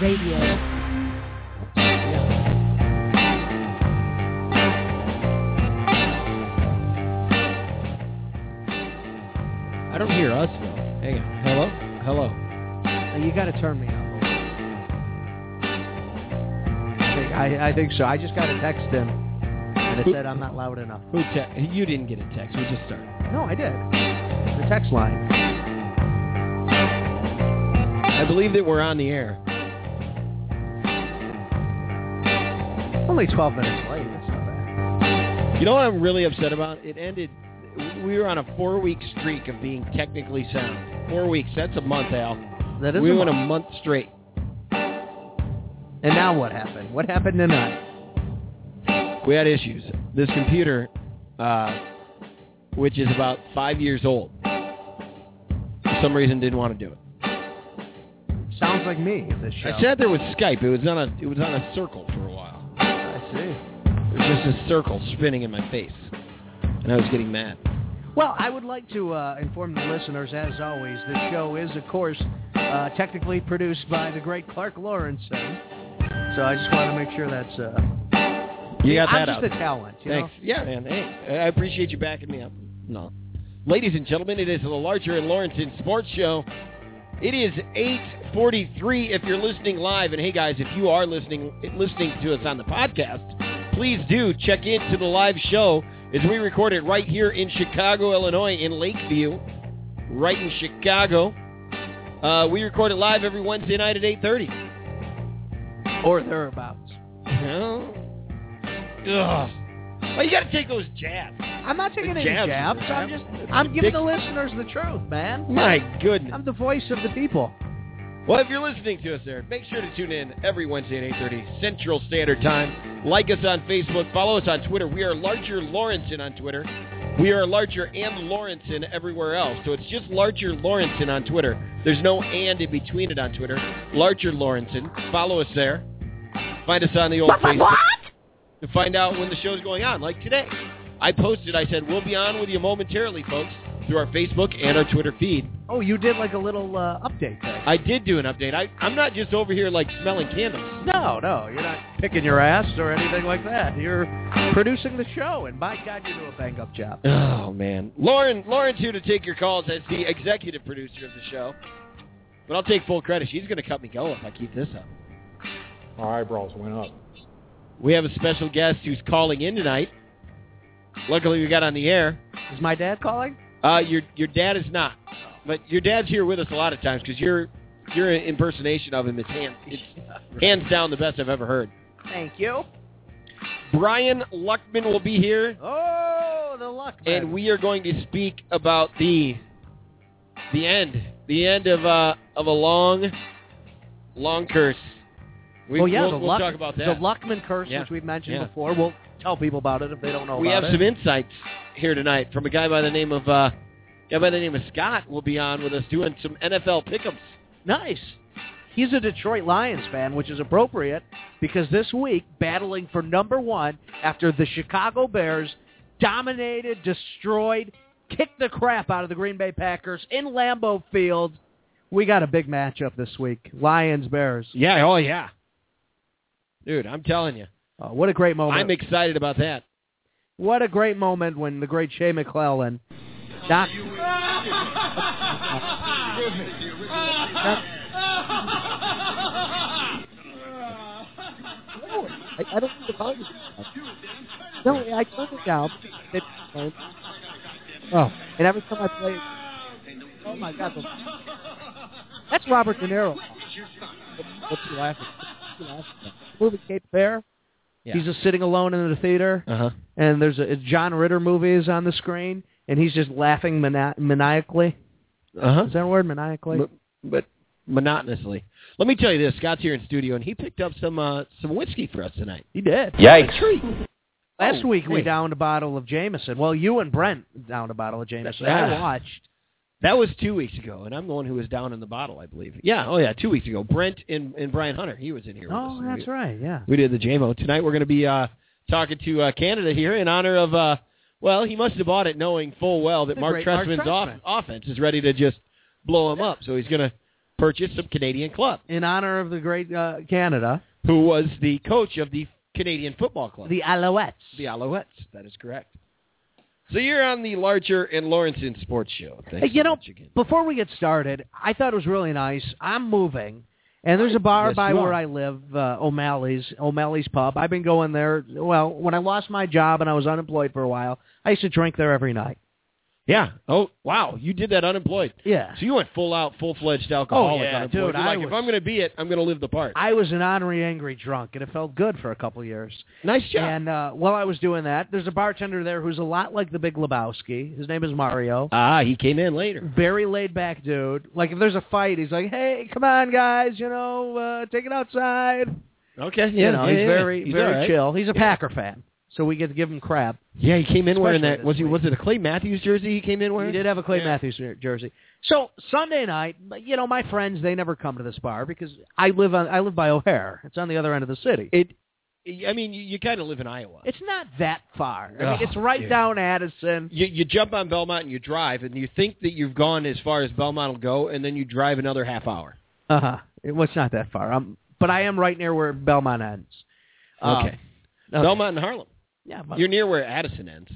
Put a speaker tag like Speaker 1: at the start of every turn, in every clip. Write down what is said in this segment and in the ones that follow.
Speaker 1: Radio.
Speaker 2: I don't hear us though. Hang on. Hello? Hello.
Speaker 1: Now, you got to turn me up.
Speaker 3: I think, I, I think so. I just got a text him, and it
Speaker 2: Who-
Speaker 3: said I'm not loud enough.
Speaker 2: Who te- you didn't get a text. We just started.
Speaker 3: No, I did. The text line.
Speaker 2: I believe that we're on the air.
Speaker 3: Only 12 minutes late. That's not bad.
Speaker 2: You know what I'm really upset about? It ended. We were on a four-week streak of being technically sound. Four weeks. That's a month, Al.
Speaker 3: That is
Speaker 2: we
Speaker 3: a
Speaker 2: went
Speaker 3: month.
Speaker 2: a month straight.
Speaker 3: And now what happened? What happened tonight?
Speaker 2: We had issues. This computer, uh, which is about five years old, for some reason didn't want to do it.
Speaker 3: Sounds like me. This show.
Speaker 2: I sat there with Skype. It was on a it was on a circle for a while.
Speaker 3: I see.
Speaker 2: It was just a circle spinning in my face, and I was getting mad.
Speaker 3: Well, I would like to uh, inform the listeners, as always, this show is, of course, uh, technically produced by the great Clark Lawrence. So I just want to make sure that's. Uh,
Speaker 2: You got
Speaker 3: I'm
Speaker 2: that
Speaker 3: just
Speaker 2: out.
Speaker 3: a talent. You
Speaker 2: Thanks. Yeah, man. Hey, I appreciate you backing me up. No. Ladies and gentlemen, it is the Larger and Lawrence in Sports Show. It is 8:43 if you're listening live and hey guys, if you are listening listening to us on the podcast, please do check in to the live show as we record it right here in Chicago, Illinois in Lakeview, right in Chicago. Uh, we record it live every Wednesday night at 8:30.
Speaker 3: Know? Or thereabouts.
Speaker 2: No. Ugh. Well, you got to take those jabs.
Speaker 3: I'm not taking any
Speaker 2: Jabs.
Speaker 3: jabs. I'm just.
Speaker 2: That's
Speaker 3: I'm giving the
Speaker 2: ridiculous.
Speaker 3: listeners the truth, man.
Speaker 2: My Oh, goodness.
Speaker 3: I'm the voice of the people.
Speaker 2: Well, if you're listening to us there, make sure to tune in every Wednesday at 8.30 Central Standard Time. Like us on Facebook. Follow us on Twitter. We are Larcher Lawrenson on Twitter. We are Larcher and Lawrenson everywhere else. So it's just Larcher Lawrenson on Twitter. There's no and in between it on Twitter. Larcher Lawrenson. Follow us there. Find us on the old Facebook. To find out when the show's going on, like today. I posted, I said, we'll be on with you momentarily, folks, through our Facebook and our Twitter feed.
Speaker 3: Oh, you did like a little uh, update thing.
Speaker 2: I did do an update. I, I'm not just over here like smelling candles.
Speaker 3: No, no, you're not picking your ass or anything like that. You're producing the show, and by God, you do a bang up job.
Speaker 2: Oh man, Lauren, Lauren's here to take your calls as the executive producer of the show. But I'll take full credit. She's going to cut me go if I keep this up.
Speaker 4: Our eyebrows went up.
Speaker 2: We have a special guest who's calling in tonight. Luckily, we got on the air.
Speaker 3: Is my dad calling?
Speaker 2: Uh, your your dad is not, but your dad's here with us a lot of times because your your impersonation of him is hand, it's hands down the best I've ever heard.
Speaker 3: Thank you.
Speaker 2: Brian Luckman will be here
Speaker 3: Oh, the luck. Man.
Speaker 2: and we are going to speak about the the end, the end of uh, of a long, long curse. We,
Speaker 3: oh yeah,
Speaker 2: we'll,
Speaker 3: the
Speaker 2: we'll
Speaker 3: luck,
Speaker 2: talk about
Speaker 3: The
Speaker 2: that.
Speaker 3: Luckman curse,
Speaker 2: Yeah,
Speaker 3: which we've mentioned
Speaker 2: yeah.
Speaker 3: before. We'll tell people about it if they don't know.
Speaker 2: we have
Speaker 3: about
Speaker 2: some
Speaker 3: it.
Speaker 2: insights here tonight from a guy by the name of uh, guy by the name of Scott. Will be on with us doing some NFL pickups.
Speaker 3: Nice. He's a Detroit Lions fan, which is appropriate because this week battling for number one after the Chicago Bears dominated, destroyed, kicked the crap out of the Green Bay Packers in Lambeau Field. We got a big matchup this week, Lions Bears.
Speaker 2: Yeah, oh yeah, dude, I'm telling you,
Speaker 3: Uh, what a great moment!
Speaker 2: I'm excited about that.
Speaker 3: what a great moment when the great Shea McClellan knocked
Speaker 1: I, I don't think the volume is up. No, I turned it down. It, oh, and every time I play it, oh my God, the, that's Robert De Niro. What's he laughing? What's he laughing at? Movie Cape Fear.
Speaker 2: Yeah.
Speaker 3: He's just sitting alone in the theater,
Speaker 2: Uh huh.
Speaker 3: and there's a, a John Ritter movie is on the screen, and he's just laughing mani- maniacally.
Speaker 2: Uh huh.
Speaker 3: Is that a word, maniacally?
Speaker 2: M- but monotonously. Let me tell you this: Scott's here in studio, and he picked up some uh, some whiskey for us tonight.
Speaker 3: he did.
Speaker 2: Yikes! treat.
Speaker 3: Last
Speaker 2: Oh,
Speaker 3: week we
Speaker 2: hey.
Speaker 3: downed a bottle of Jameson. Well, you and Brent downed a bottle of Jameson. I
Speaker 2: Ah.
Speaker 3: watched.
Speaker 2: That was two weeks ago, and I'm the one who was down in the bottle, I believe. Yeah, oh yeah, two weeks ago. Brent and, and Brian Hunter, he was in here.
Speaker 3: Oh,
Speaker 2: with us.
Speaker 3: that's
Speaker 2: we,
Speaker 3: right. Yeah.
Speaker 2: We did the JMO tonight. We're going to be uh, talking to uh, Canada here in honor of. Uh, well, he must have bought it knowing full well that
Speaker 3: The
Speaker 2: Mark
Speaker 3: great Mark
Speaker 2: Trestman's
Speaker 3: Trestman.
Speaker 2: off- offense is ready to just blow him up. So he's going to purchased some Canadian club,
Speaker 3: in honor of the great uh, Canada,
Speaker 2: who was the coach of the Canadian Football Club,
Speaker 3: the Alouettes.
Speaker 2: the Alouettes. That is correct. So you're on the Larcher and Lawrenson Sports Show. Thanks
Speaker 3: Hey, you
Speaker 2: so
Speaker 3: know,
Speaker 2: much again.
Speaker 3: before we get started, I thought it was really nice. I'm moving, and there's a bar
Speaker 2: Yes,
Speaker 3: by
Speaker 2: you
Speaker 3: where
Speaker 2: are.
Speaker 3: I live, uh, O'Malley's, O'Malley's Pub. I've been going there. Well, when I lost my job and I was unemployed for a while, I used to drink there every night.
Speaker 2: yeah. Oh wow, you did that unemployed.
Speaker 3: Yeah.
Speaker 2: So you went full out, full fledged alcoholic.
Speaker 3: Oh, yeah,
Speaker 2: unemployed.
Speaker 3: dude,
Speaker 2: You're like,
Speaker 3: I
Speaker 2: if
Speaker 3: was-
Speaker 2: I'm going to be it, I'm going to live the part.
Speaker 3: I was an honorary angry drunk, and it felt good for a couple of years.
Speaker 2: nice job.
Speaker 3: And uh, while I was doing that, there's a bartender there who's a lot like the Big Lebowski. His name is Mario.
Speaker 2: ah, he came in later.
Speaker 3: Very laid back dude. Like if there's a fight, he's like, "Hey, come on, guys, you know, uh, take it outside."
Speaker 2: Okay.
Speaker 3: you know,
Speaker 2: yeah,
Speaker 3: he's
Speaker 2: yeah,
Speaker 3: very
Speaker 2: he's
Speaker 3: very
Speaker 2: all right.
Speaker 3: chill. He's a Packer fan, so we get to give him crap.
Speaker 2: Yeah, he came in wearing
Speaker 3: Especially
Speaker 2: that.
Speaker 3: this
Speaker 2: Was he?
Speaker 3: week.
Speaker 2: Was it a Clay Matthews jersey? He came in wearing.
Speaker 3: He did have a Clay
Speaker 2: Yeah.
Speaker 3: Matthews jer- jersey. So Sunday night, but, you know, my friends they never come to this bar because I live on I live by O'Hare. It's on the other end of the city.
Speaker 2: It. I mean, you, you kind of live in Iowa.
Speaker 3: It's not that far. I
Speaker 2: Oh,
Speaker 3: mean, it's right
Speaker 2: dude.
Speaker 3: down Addison.
Speaker 2: you, you jump on Belmont and you drive, and you think that you've gone as far as Belmont will go, and then you drive another half hour.
Speaker 3: Uh
Speaker 2: Uh-huh.
Speaker 3: huh. Well, it's not that far. Um, but I am right near where Belmont ends. Um,
Speaker 2: Okay. Belmont and Harlem.
Speaker 3: Yeah. But,
Speaker 2: You're near where Addison ends.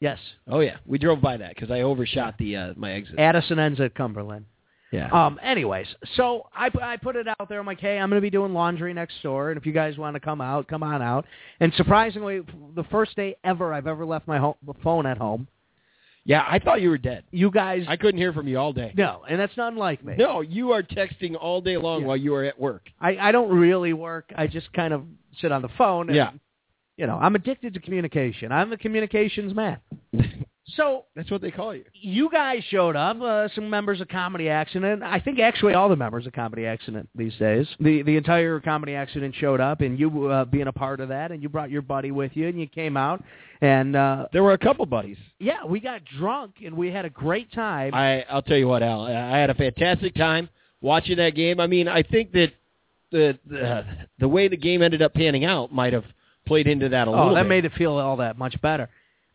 Speaker 3: yes.
Speaker 2: Oh yeah, we drove by that because I overshot the uh, my exit.
Speaker 3: Addison ends at Cumberland.
Speaker 2: yeah.
Speaker 3: Um. Anyways, so I pu- I put it out there. I'm like, hey, I'm gonna be doing laundry next door, and if you guys want to come out, come on out. And surprisingly, the first day ever I've ever left my home, phone at home.
Speaker 2: yeah, I thought you were dead.
Speaker 3: You guys,
Speaker 2: I couldn't hear from you all day.
Speaker 3: no, and that's not unlike me.
Speaker 2: No, you are texting all day long
Speaker 3: Yeah.
Speaker 2: while you are at work.
Speaker 3: I I don't really work. I just kind of sit on the phone. And,
Speaker 2: Yeah.
Speaker 3: You know, I'm addicted to communication. I'm a communications man. So
Speaker 2: That's what they call you.
Speaker 3: you guys showed up, uh, some members of Comedy Accident. I think actually all the members of Comedy Accident these days. The the entire Comedy Accident showed up, and you uh, being a part of that, and you brought your buddy with you, and you came out, and uh,
Speaker 2: There were a couple buddies.
Speaker 3: yeah, we got drunk and we had a great time.
Speaker 2: I I'll tell you what, Al. I I had a fantastic time watching that game. I mean, I think that the the, the way the game ended up panning out might have played into that a
Speaker 3: oh,
Speaker 2: little
Speaker 3: that
Speaker 2: bit.
Speaker 3: made it feel all that much better.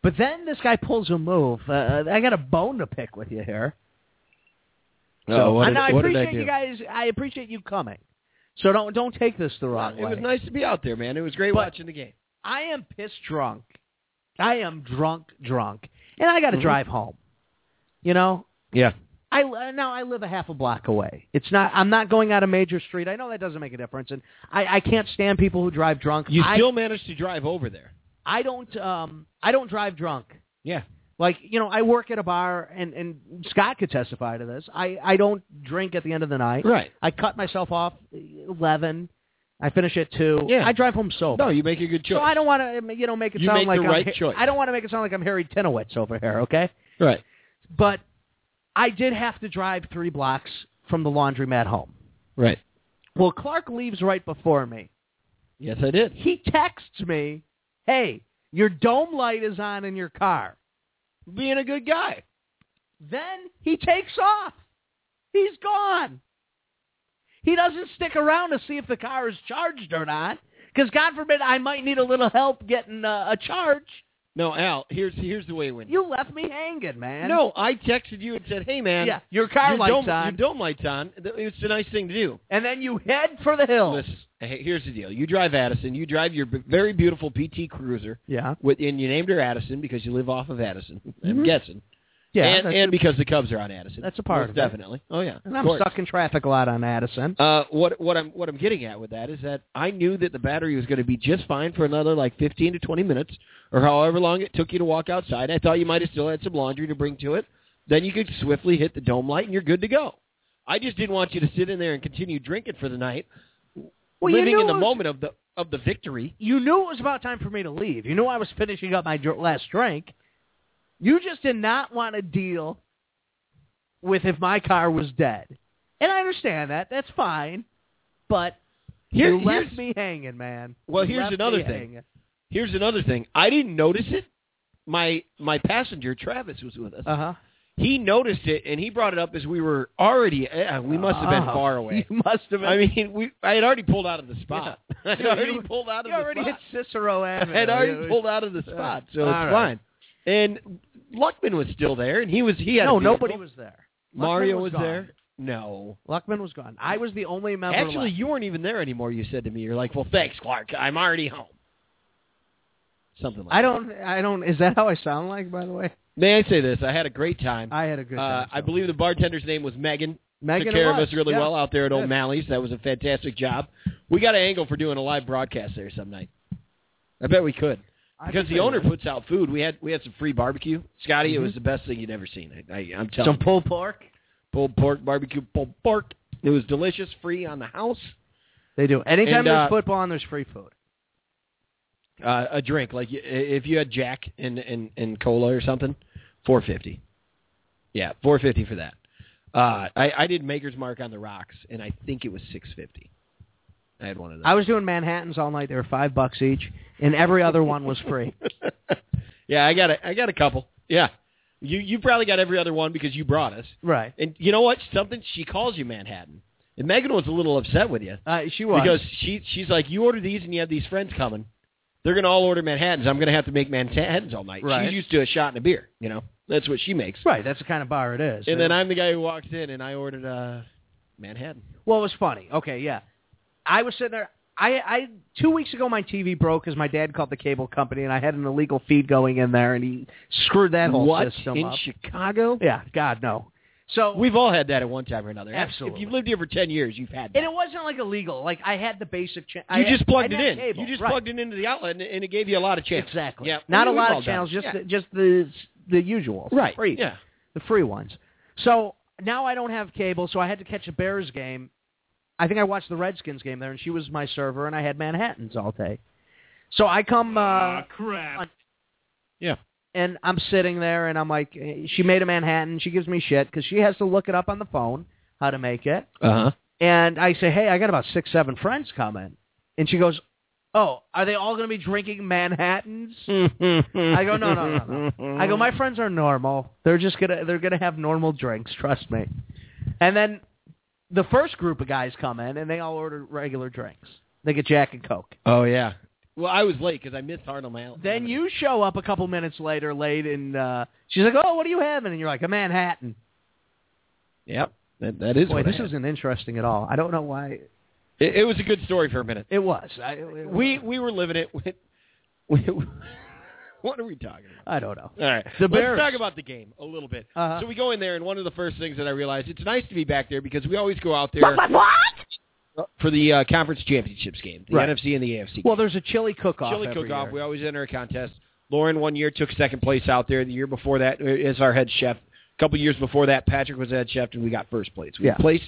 Speaker 3: But then this guy pulls a move. Uh, I got a bone to pick with you here.
Speaker 2: Oh, what
Speaker 3: and
Speaker 2: did-
Speaker 3: I
Speaker 2: what did
Speaker 3: appreciate
Speaker 2: do?
Speaker 3: you guys. I appreciate you coming. So don't don't take this the wrong
Speaker 2: It
Speaker 3: way.
Speaker 2: was nice to be out there, man. It was great
Speaker 3: But-
Speaker 2: watching the game.
Speaker 3: I am piss drunk. I am drunk, drunk, and I got to
Speaker 2: Mhm.
Speaker 3: drive home. You know,
Speaker 2: Yeah.
Speaker 3: I now I live a half a block away. It's not. I'm not going out a major street. I know that doesn't make a difference, and I, I can't stand people who drive drunk.
Speaker 2: You
Speaker 3: I,
Speaker 2: still managed to drive over there.
Speaker 3: I don't. Um, I don't drive drunk.
Speaker 2: Yeah.
Speaker 3: Like you know, I work at a bar, and and Scott could testify to this. I I don't drink at the end of the night.
Speaker 2: Right.
Speaker 3: I cut myself off eleven. I finish at two.
Speaker 2: Yeah.
Speaker 3: I drive home sober.
Speaker 2: No, you make a good choice.
Speaker 3: So I don't want to, you know, make it
Speaker 2: You
Speaker 3: sound
Speaker 2: make
Speaker 3: like
Speaker 2: the
Speaker 3: I'm
Speaker 2: right
Speaker 3: Ha-
Speaker 2: choice.
Speaker 3: I don't want to make it sound like I'm Harry Tinowitz over here, okay?
Speaker 2: right.
Speaker 3: But I did have to drive three blocks from the laundromat home.
Speaker 2: Right.
Speaker 3: Well, Clark leaves right before me.
Speaker 2: Yes, I did.
Speaker 3: He texts me, "Hey, your dome light is on in your car."
Speaker 2: Being a good guy.
Speaker 3: Then he takes off. He's gone. He doesn't stick around to see if the car is charged or not, because God forbid I might need a little help getting uh, a charge.
Speaker 2: No, Al. Here's here's the way it went.
Speaker 3: You left me hanging, man.
Speaker 2: no, I texted you and said, "Hey, man,
Speaker 3: yeah, your car
Speaker 2: your
Speaker 3: lights
Speaker 2: dome,
Speaker 3: on,
Speaker 2: Your dome lights on. It's a nice thing to do.
Speaker 3: and then you head for the hills.
Speaker 2: Listen, hey, here's the deal. You drive Addison. You drive your b- very beautiful PT Cruiser,
Speaker 3: Yeah,
Speaker 2: with, and you named her Addison because you live off of Addison. I'm
Speaker 3: Mhm.
Speaker 2: guessing.
Speaker 3: yeah,
Speaker 2: and,
Speaker 3: that's
Speaker 2: and
Speaker 3: a-
Speaker 2: because the Cubs are on Addison.
Speaker 3: That's a part
Speaker 2: Most
Speaker 3: of it.
Speaker 2: definitely. Oh yeah.
Speaker 3: and
Speaker 2: of
Speaker 3: I'm
Speaker 2: course.
Speaker 3: stuck in traffic a lot on Addison.
Speaker 2: Uh, what what I'm what I'm getting at with that is that I knew that the battery was going to be just fine for another like 15 to 20 minutes or however long it took you to walk outside. I thought you might have still had some laundry to bring to it. Then you could swiftly hit the dome light and you're good to go. I just didn't want you to sit in there and continue drinking for the night,
Speaker 3: Well, you
Speaker 2: living
Speaker 3: knew
Speaker 2: in the
Speaker 3: it was-
Speaker 2: moment of the of the victory.
Speaker 3: You knew it was about time for me to leave. You knew I was finishing up my dr- last drink. You just did not want to deal with if my car was dead, and I understand that. That's fine, but
Speaker 2: Here-
Speaker 3: you left
Speaker 2: here's-
Speaker 3: me hanging, man.
Speaker 2: Well,
Speaker 3: You
Speaker 2: here's
Speaker 3: left
Speaker 2: another
Speaker 3: me
Speaker 2: thing.
Speaker 3: hanging.
Speaker 2: Here's another thing. I didn't notice it. My my passenger Travis was with us.
Speaker 3: Uh huh.
Speaker 2: he noticed it and he brought it up as we were already. Uh, we must have been
Speaker 3: Uh-huh.
Speaker 2: far away.
Speaker 3: Oh. You must have been.
Speaker 2: I mean, we I had already pulled out of the spot. I had
Speaker 3: Yeah,
Speaker 2: already
Speaker 3: you-
Speaker 2: pulled out of
Speaker 3: you
Speaker 2: the
Speaker 3: already hit
Speaker 2: spot.
Speaker 3: Cicero
Speaker 2: I
Speaker 3: Avenue.
Speaker 2: had already
Speaker 3: You-
Speaker 2: pulled out of the spot, so
Speaker 3: All
Speaker 2: it's
Speaker 3: right.
Speaker 2: fine. And Luckman was still there, and he was he had a
Speaker 3: no,
Speaker 2: vehicle.
Speaker 3: nobody was there. Luckman
Speaker 2: Mario
Speaker 3: was
Speaker 2: was
Speaker 3: gone.
Speaker 2: there. No.
Speaker 3: Luckman was gone. I was the only member.
Speaker 2: Actually,
Speaker 3: left.
Speaker 2: you weren't even there anymore. You said to me, "You're like, well, thanks, Clark. I'm already home." Something like.
Speaker 3: I don't. I don't. Is that how I sound like? By the way,
Speaker 2: that. May I say this? I had a great time.
Speaker 3: I had a good.
Speaker 2: uh,
Speaker 3: time,
Speaker 2: I
Speaker 3: so.
Speaker 2: believe the bartender's name was Megan.
Speaker 3: Megan
Speaker 2: Took care of
Speaker 3: was,
Speaker 2: us really
Speaker 3: yeah.
Speaker 2: well out there at
Speaker 3: Good.
Speaker 2: O'Malley's. That was a fantastic job. We got an angle for doing a live broadcast there some night. I bet we could.
Speaker 3: I
Speaker 2: Because
Speaker 3: think
Speaker 2: the
Speaker 3: they
Speaker 2: owner
Speaker 3: were.
Speaker 2: puts out food. We had we had some free barbecue. Scotty, it was the best thing you'd ever seen. I, I, I'm telling
Speaker 3: some
Speaker 2: you.
Speaker 3: pulled pork.
Speaker 2: Pulled pork barbecue, pulled pork. It was delicious, free on the house.
Speaker 3: They do. Anytime
Speaker 2: And, uh,
Speaker 3: there's football, and there's free food.
Speaker 2: Uh, a drink like y- if you had Jack and and, and cola or something, four fifty. Yeah, four fifty for that. Uh, I I did Maker's Mark on the rocks, and I think it was six fifty. I had one of those.
Speaker 3: I was doing Manhattan's all night. They were five bucks each, and every other one was free.
Speaker 2: yeah, I got a, I got a couple. Yeah, you you probably got every other one because you brought us.
Speaker 3: right.
Speaker 2: And you know what? Something she calls you Manhattan, and Megan was a little upset with you
Speaker 3: Uh, she was.
Speaker 2: because she she's like, you order these and you have these friends coming. They're gonna all order Manhattans. I'm gonna have to make Manhattans all night.
Speaker 3: Right.
Speaker 2: She's used to a shot and a beer. You know, that's what she makes.
Speaker 3: right. That's the kind of bar it is.
Speaker 2: And then I'm the guy who walks in and I ordered a Manhattan.
Speaker 3: Well, it was funny. Okay, yeah. I was sitting there. I, I two weeks ago my TV broke because my dad called the cable company and I had an illegal feed going in there and he screwed that whole
Speaker 2: what
Speaker 3: system
Speaker 2: in
Speaker 3: up.
Speaker 2: Chicago?
Speaker 3: yeah, God no. So
Speaker 2: We've all had that at one time or another.
Speaker 3: Absolutely.
Speaker 2: If you've lived here for ten years, you've had that.
Speaker 3: and it wasn't like illegal. Like I had the basic. Cha-
Speaker 2: You
Speaker 3: I,
Speaker 2: just plugged
Speaker 3: I
Speaker 2: it
Speaker 3: had
Speaker 2: in.
Speaker 3: Cable,
Speaker 2: you just
Speaker 3: right.
Speaker 2: plugged it into the outlet, and, and it gave you a lot of channels.
Speaker 3: Exactly.
Speaker 2: Yeah.
Speaker 3: Not a
Speaker 2: We've
Speaker 3: lot
Speaker 2: all
Speaker 3: of
Speaker 2: done
Speaker 3: channels,
Speaker 2: it.
Speaker 3: just
Speaker 2: Yeah.
Speaker 3: the, just the the usual.
Speaker 2: right.
Speaker 3: Free.
Speaker 2: Yeah.
Speaker 3: The free ones. So now I don't have cable, so I had to catch a Bears game. I think I watched the Redskins game there, and she was my server, and I had Manhattan's all day. So I come. Uh, crap.
Speaker 2: Yeah.
Speaker 3: And I'm sitting there, and I'm like, eh, she made a Manhattan. She gives me shit because she has to look it up on the phone how to make it.
Speaker 2: Uh huh.
Speaker 3: And I say, hey, I got about six, seven friends coming. And she goes, oh, are they all going to be drinking Manhattans?
Speaker 2: I
Speaker 3: go, "No, no, no,
Speaker 2: no.
Speaker 3: I go, my friends are normal. They're just gonna they're gonna have normal drinks. Trust me. And then the first group of guys come in and they all order regular drinks. They get Jack and Coke.
Speaker 2: Oh yeah. Well, I was late because I missed Hard on my.
Speaker 3: Then you show up a couple minutes later, late, and uh, she's like, "Oh, what are you having?" And you're like, "A Manhattan."
Speaker 2: Yep. That, that is.
Speaker 3: Boy,
Speaker 2: what I
Speaker 3: this
Speaker 2: had.
Speaker 3: isn't interesting at all. I don't know why
Speaker 2: It, it was a good story for a minute.
Speaker 3: it was. I, it
Speaker 2: We
Speaker 3: was.
Speaker 2: we were living it with. with what are we talking about?
Speaker 3: I don't know.
Speaker 2: All right.
Speaker 3: The
Speaker 2: Let's
Speaker 3: Bears.
Speaker 2: talk about the game a little bit.
Speaker 3: Uh-huh.
Speaker 2: So we go in there, and one of the first things that I realized, it's nice to be back there because we always go out there for the uh, conference championships game, the
Speaker 3: Right.
Speaker 2: NFC and the AFC.
Speaker 3: Well, there's a chili cook-off.
Speaker 2: Chili
Speaker 3: every
Speaker 2: cook-off. We
Speaker 3: year.
Speaker 2: always enter a contest. Lauren one year took second place out there. The year before that, uh, as our head chef. A couple years before that, Patrick was head chef, and we got first place. We
Speaker 3: Yeah.
Speaker 2: placed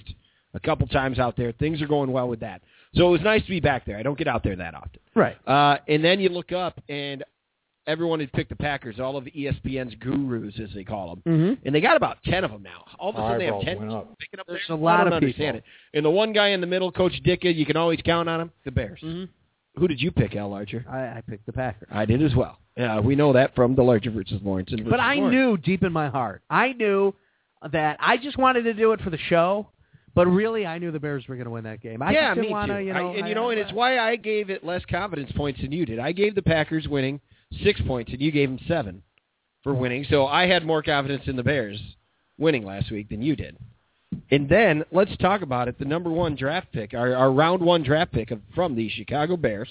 Speaker 2: a couple times out there. Things are going well with that. So it was nice to be back there. I don't get out there that often.
Speaker 3: Right.
Speaker 2: Uh, and then you look up, and everyone had picked the Packers, all of E ESPN's gurus, as they call them.
Speaker 3: Mm-hmm.
Speaker 2: And they got about 10 of them now. All of a sudden, they have
Speaker 4: Eyebrows
Speaker 2: 10
Speaker 4: went up.
Speaker 2: picking up
Speaker 3: There's
Speaker 2: there.
Speaker 3: a lot
Speaker 2: I don't
Speaker 3: of
Speaker 2: understand it. And the one guy in the middle, Coach Dicka, you can always count on him, the Bears.
Speaker 3: Mm-hmm.
Speaker 2: Who did you pick, Al Larger?
Speaker 3: I, I picked the Packers.
Speaker 2: I did as well. Yeah, we know that from the Larger versus Lawrence. And
Speaker 3: But I knew deep in my heart, I knew that I just wanted to do it for the show. But really, I knew the Bears were going to win that game. I
Speaker 2: yeah,
Speaker 3: just didn't
Speaker 2: me
Speaker 3: wanna,
Speaker 2: too.
Speaker 3: You know,
Speaker 2: I- and
Speaker 3: I-
Speaker 2: you know, and it's why I gave it less confidence points than you did. I gave the Packers winning six points, and you gave them seven for winning. So I had more confidence in the Bears winning last week than you did. And then let's talk about it. The number one draft pick, our, our round one draft pick of, from the Chicago Bears.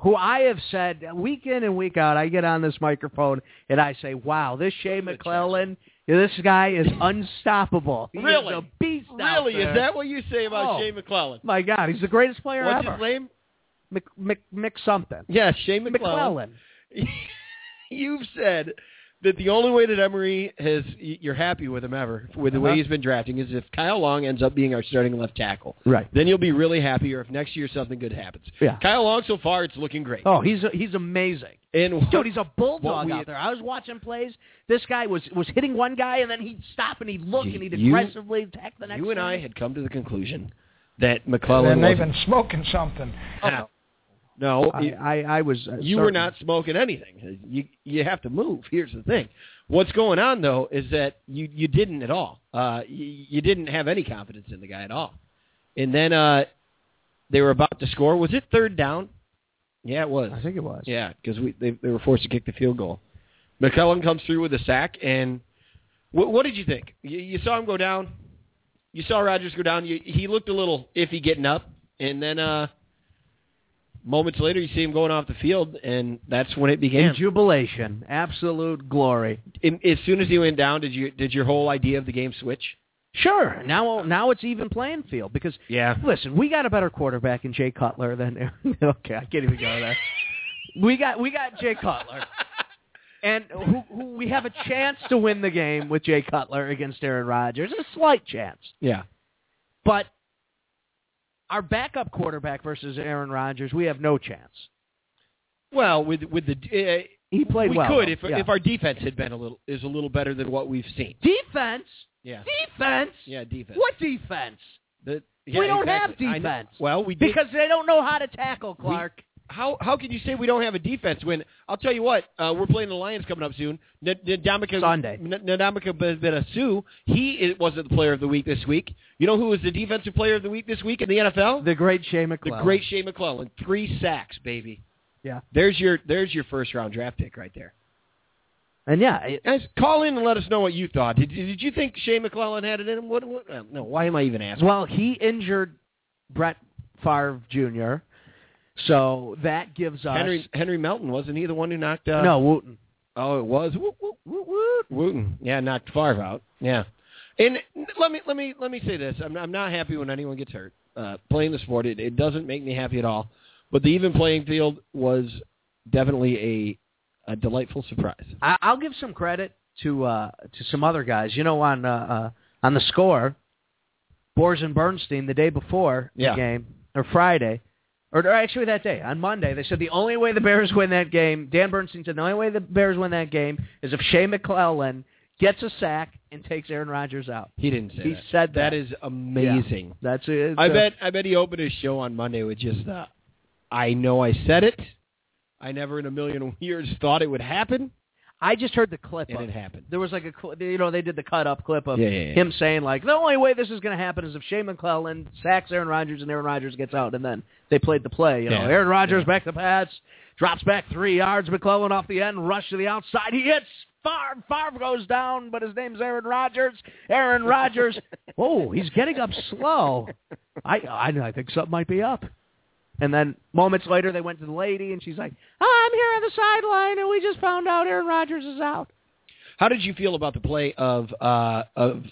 Speaker 3: who I have said week in and week out. I get on this microphone and I say, "Wow, this Shea McClellan, this guy is unstoppable. He is
Speaker 2: Really?
Speaker 3: a beast. out
Speaker 2: Really,
Speaker 3: there.
Speaker 2: is that what you say about
Speaker 3: Oh.
Speaker 2: Shea McClellan?
Speaker 3: My God, he's the greatest player
Speaker 2: What's
Speaker 3: ever.
Speaker 2: his name?
Speaker 3: Mc, Mc, Mc something.
Speaker 2: Yeah, Shea McClellan.
Speaker 3: McClellan.
Speaker 2: you've said that the only way that Emery has you're happy with him ever with the way
Speaker 3: Uh-huh.
Speaker 2: he's been drafting is if Kyle Long ends up being our starting left tackle.
Speaker 3: Right.
Speaker 2: Then you'll be really happy, or if next year something good happens.
Speaker 3: Yeah.
Speaker 2: Kyle Long so far it's looking great.
Speaker 3: Oh, he's he's amazing.
Speaker 2: And
Speaker 3: Dude, he's a
Speaker 2: What
Speaker 3: bulldog
Speaker 2: we-
Speaker 3: out there. I was watching plays. This guy was was hitting one guy, and then he'd stop and he'd look and he'd
Speaker 2: You-
Speaker 3: aggressively attack the next.
Speaker 2: you and I
Speaker 3: guy.
Speaker 2: had come to the conclusion that McClellan
Speaker 5: and they've
Speaker 2: wasn't-
Speaker 5: been smoking something.
Speaker 2: Ah. no,
Speaker 3: I, I, I was. Uh,
Speaker 2: you were
Speaker 3: certain.
Speaker 2: not smoking anything. You you have to move. Here's the thing. What's going on though is that you you didn't at all. Uh, you, you didn't have any confidence in the guy at all. And then uh, they were about to score. Was it third down? Yeah, it was.
Speaker 3: I think it was.
Speaker 2: Yeah, because we they, they were forced to kick the field goal. McClellan comes through with a sack, and what, what did you think? You, you saw him go down. you saw Rodgers go down. You, he looked a little iffy getting up, and then uh, moments later, you see him going off the field, and that's when it began.
Speaker 3: In jubilation, absolute glory.
Speaker 2: And as soon as he went down, did you did your whole idea of the game switch?
Speaker 3: Sure. Now, now it's even playing field because
Speaker 2: Yeah.
Speaker 3: Listen, we got a better quarterback in Jay Cutler than okay. I can't even go there. We got we got Jay Cutler, and who, who we have a chance to win the game with Jay Cutler against Aaron Rodgers, a slight chance.
Speaker 2: Yeah.
Speaker 3: But our backup quarterback versus Aaron Rodgers, we have no chance.
Speaker 2: Well, with with the uh,
Speaker 3: He played
Speaker 2: we
Speaker 3: well.
Speaker 2: could if
Speaker 3: though. Yeah.
Speaker 2: if our defense had been a little is a little better than what we've seen.
Speaker 3: defense,
Speaker 2: Yeah.
Speaker 3: defense,
Speaker 2: Yeah, defense.
Speaker 3: what defense?
Speaker 2: The- yeah,
Speaker 3: we don't
Speaker 2: exactly.
Speaker 3: have
Speaker 2: I know.
Speaker 3: defense.
Speaker 2: Well, we did.
Speaker 3: Because they don't know how to tackle Clark.
Speaker 2: how how can you say we don't have a defense when I'll tell you what uh, we're playing the Lions coming up soon. N- Ndamukong-
Speaker 3: Sunday.
Speaker 2: N- Ndamukong Bit- Bitsu, he is, wasn't the player of the week this week. You know who was the defensive player of the week this week in the NFL?
Speaker 3: the great Shea
Speaker 2: The
Speaker 3: McClellan.
Speaker 2: great Shea McClellan, three sacks, baby.
Speaker 3: Yeah.
Speaker 2: There's your there's your first round draft pick right there.
Speaker 3: and yeah, it-
Speaker 2: Guys, call in and let us know what you thought. Did, did you think Shea McClellan had it in him? What, what, uh, no, why am I even asking?
Speaker 3: Well, he injured Brett Favre Jr., so that gives us
Speaker 2: Henry Henry Melton wasn't he the one who knocked? Uh,
Speaker 3: no Wooten.
Speaker 2: Oh, it was. Woot, woot, woot, woot. Wooten. Yeah, knocked Favre out. Yeah. And let me let me let me say this. I'm I'm not happy when anyone gets hurt. Uh, playing the sport, it, it doesn't make me happy at all. But the even playing field was definitely a, a delightful surprise.
Speaker 3: I, I'll give some credit to uh, to some other guys. You know, on uh, uh, on the score, Boers and Bernstein the day before
Speaker 2: Yeah.
Speaker 3: the game or Friday. Or or actually, that day on Monday, they said the only way the Bears win that game. Dan Bernstein said the only way the Bears win that game is if Shea McClellan gets a sack and takes Aaron Rodgers out.
Speaker 2: He didn't say
Speaker 3: He
Speaker 2: that.
Speaker 3: said that.
Speaker 2: that is amazing.
Speaker 3: That's it.
Speaker 2: I
Speaker 3: It's a-
Speaker 2: bet I bet he opened his show on Monday with just uh, I know I said it. I never in a million years thought it would happen,
Speaker 3: I just heard the clip.
Speaker 2: and
Speaker 3: of
Speaker 2: it happened.
Speaker 3: There was like a, cl- you know, they did the cut up clip of
Speaker 2: Yeah, yeah, yeah.
Speaker 3: him saying like, the only way this is going to happen is if Shea McClellan sacks Aaron Rodgers and Aaron Rodgers gets out, and then they played the play. You know,
Speaker 2: Yeah,
Speaker 3: Aaron Rodgers
Speaker 2: yeah.
Speaker 3: back to pass, drops back three yards. McClellan off the end, rush to the outside. He hits. Favre, Favre goes down, but his name's Aaron Rodgers. Aaron Rodgers. Whoa, he's getting up slow. I, I I think something might be up. And then moments later, they went to the lady, and she's like, oh, "I'm here on the sideline, and we just found out Aaron Rodgers is out."
Speaker 2: How did you feel about the play of uh, of?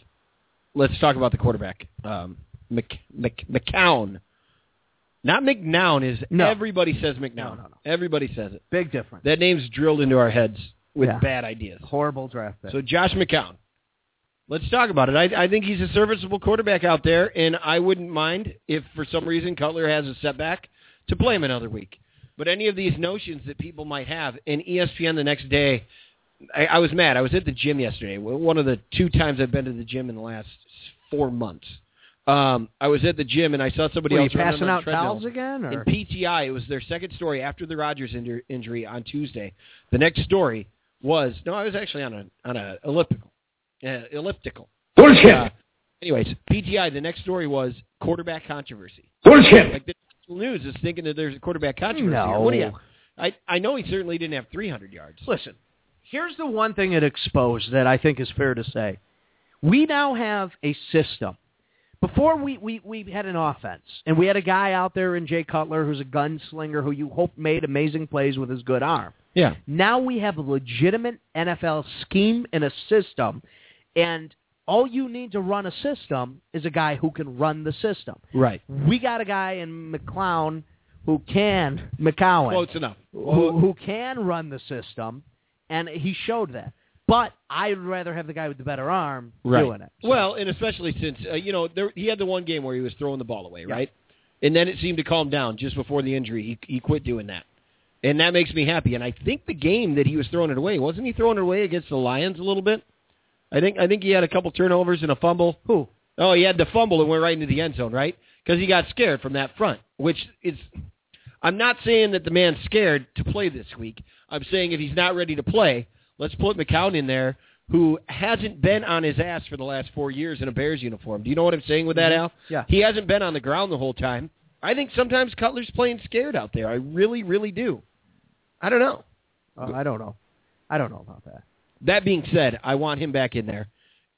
Speaker 2: Let's talk about the quarterback, um, Mc, Mc, McCown. Not McNown is
Speaker 3: No.
Speaker 2: everybody says McNown.
Speaker 3: No, no, no.
Speaker 2: Everybody says it.
Speaker 3: Big difference.
Speaker 2: That name's drilled into our heads with
Speaker 3: Yeah.
Speaker 2: bad ideas.
Speaker 3: Horrible draft pick.
Speaker 2: So Josh McCown. Let's talk about it. I, I think he's a serviceable quarterback out there, and I wouldn't mind if for some reason Cutler has a setback to play him another week. But any of these notions that people might have, and E ESPN the next day, I, I was mad. I was at the gym yesterday. One of the two times I've been to the gym in the last four months. Um, I was at the gym and I saw somebody
Speaker 3: Were you
Speaker 2: else running
Speaker 3: passing
Speaker 2: on the
Speaker 3: out
Speaker 2: treadmill.
Speaker 3: towels again? Or?
Speaker 2: In PTI, it was their second story after the Rogers inju- injury on Tuesday. The next story was no, I was actually on a on a elliptical, uh, elliptical.
Speaker 4: Bullshit.
Speaker 2: Uh, anyways, PTI. The next story was quarterback controversy.
Speaker 4: Bullshit.
Speaker 2: Like the news is thinking that there's a quarterback controversy.
Speaker 3: No.
Speaker 2: What do you? I I know he certainly didn't have 300 yards.
Speaker 3: Listen, here's the one thing it exposed that I think is fair to say. We now have a system. Before we, we, we had an offense, and we had a guy out there in Jay Cutler who's a gunslinger who you hope made amazing plays with his good arm.
Speaker 2: Yeah.
Speaker 3: Now we have a legitimate NFL scheme and a system, and all you need to run a system is a guy who can run the system.
Speaker 2: Right.
Speaker 3: We got a guy in McClown who can McCowan
Speaker 2: Close enough.
Speaker 3: who, who can run the system, and he showed that. But I'd rather have the guy with the better arm doing it. So-
Speaker 2: Well, and especially since uh, you know there, he had the one game where he was throwing the ball away, right? And then it seemed to calm down just before the injury. He he quit doing that, and that makes me happy. And I think the game that he was throwing it away wasn't he throwing it away against the Lions a little bit? I think I think he had a couple turnovers and a fumble.
Speaker 3: who?
Speaker 2: Oh, he had the fumble and went right into the end zone, right? Because he got scared from that front, which is. I'm not saying that the man's scared to play this week. I'm saying if he's not ready to play, let's put McCown in there, who hasn't been on his ass for the last four years in a Bears uniform. Do you know what I'm saying with that, Al?
Speaker 3: Yeah.
Speaker 2: He hasn't been on the ground the whole time. I think sometimes Cutler's playing scared out there. I really, really do. I don't know.
Speaker 3: Uh, I don't know. I don't know about that.
Speaker 2: That being said, I want him back in there.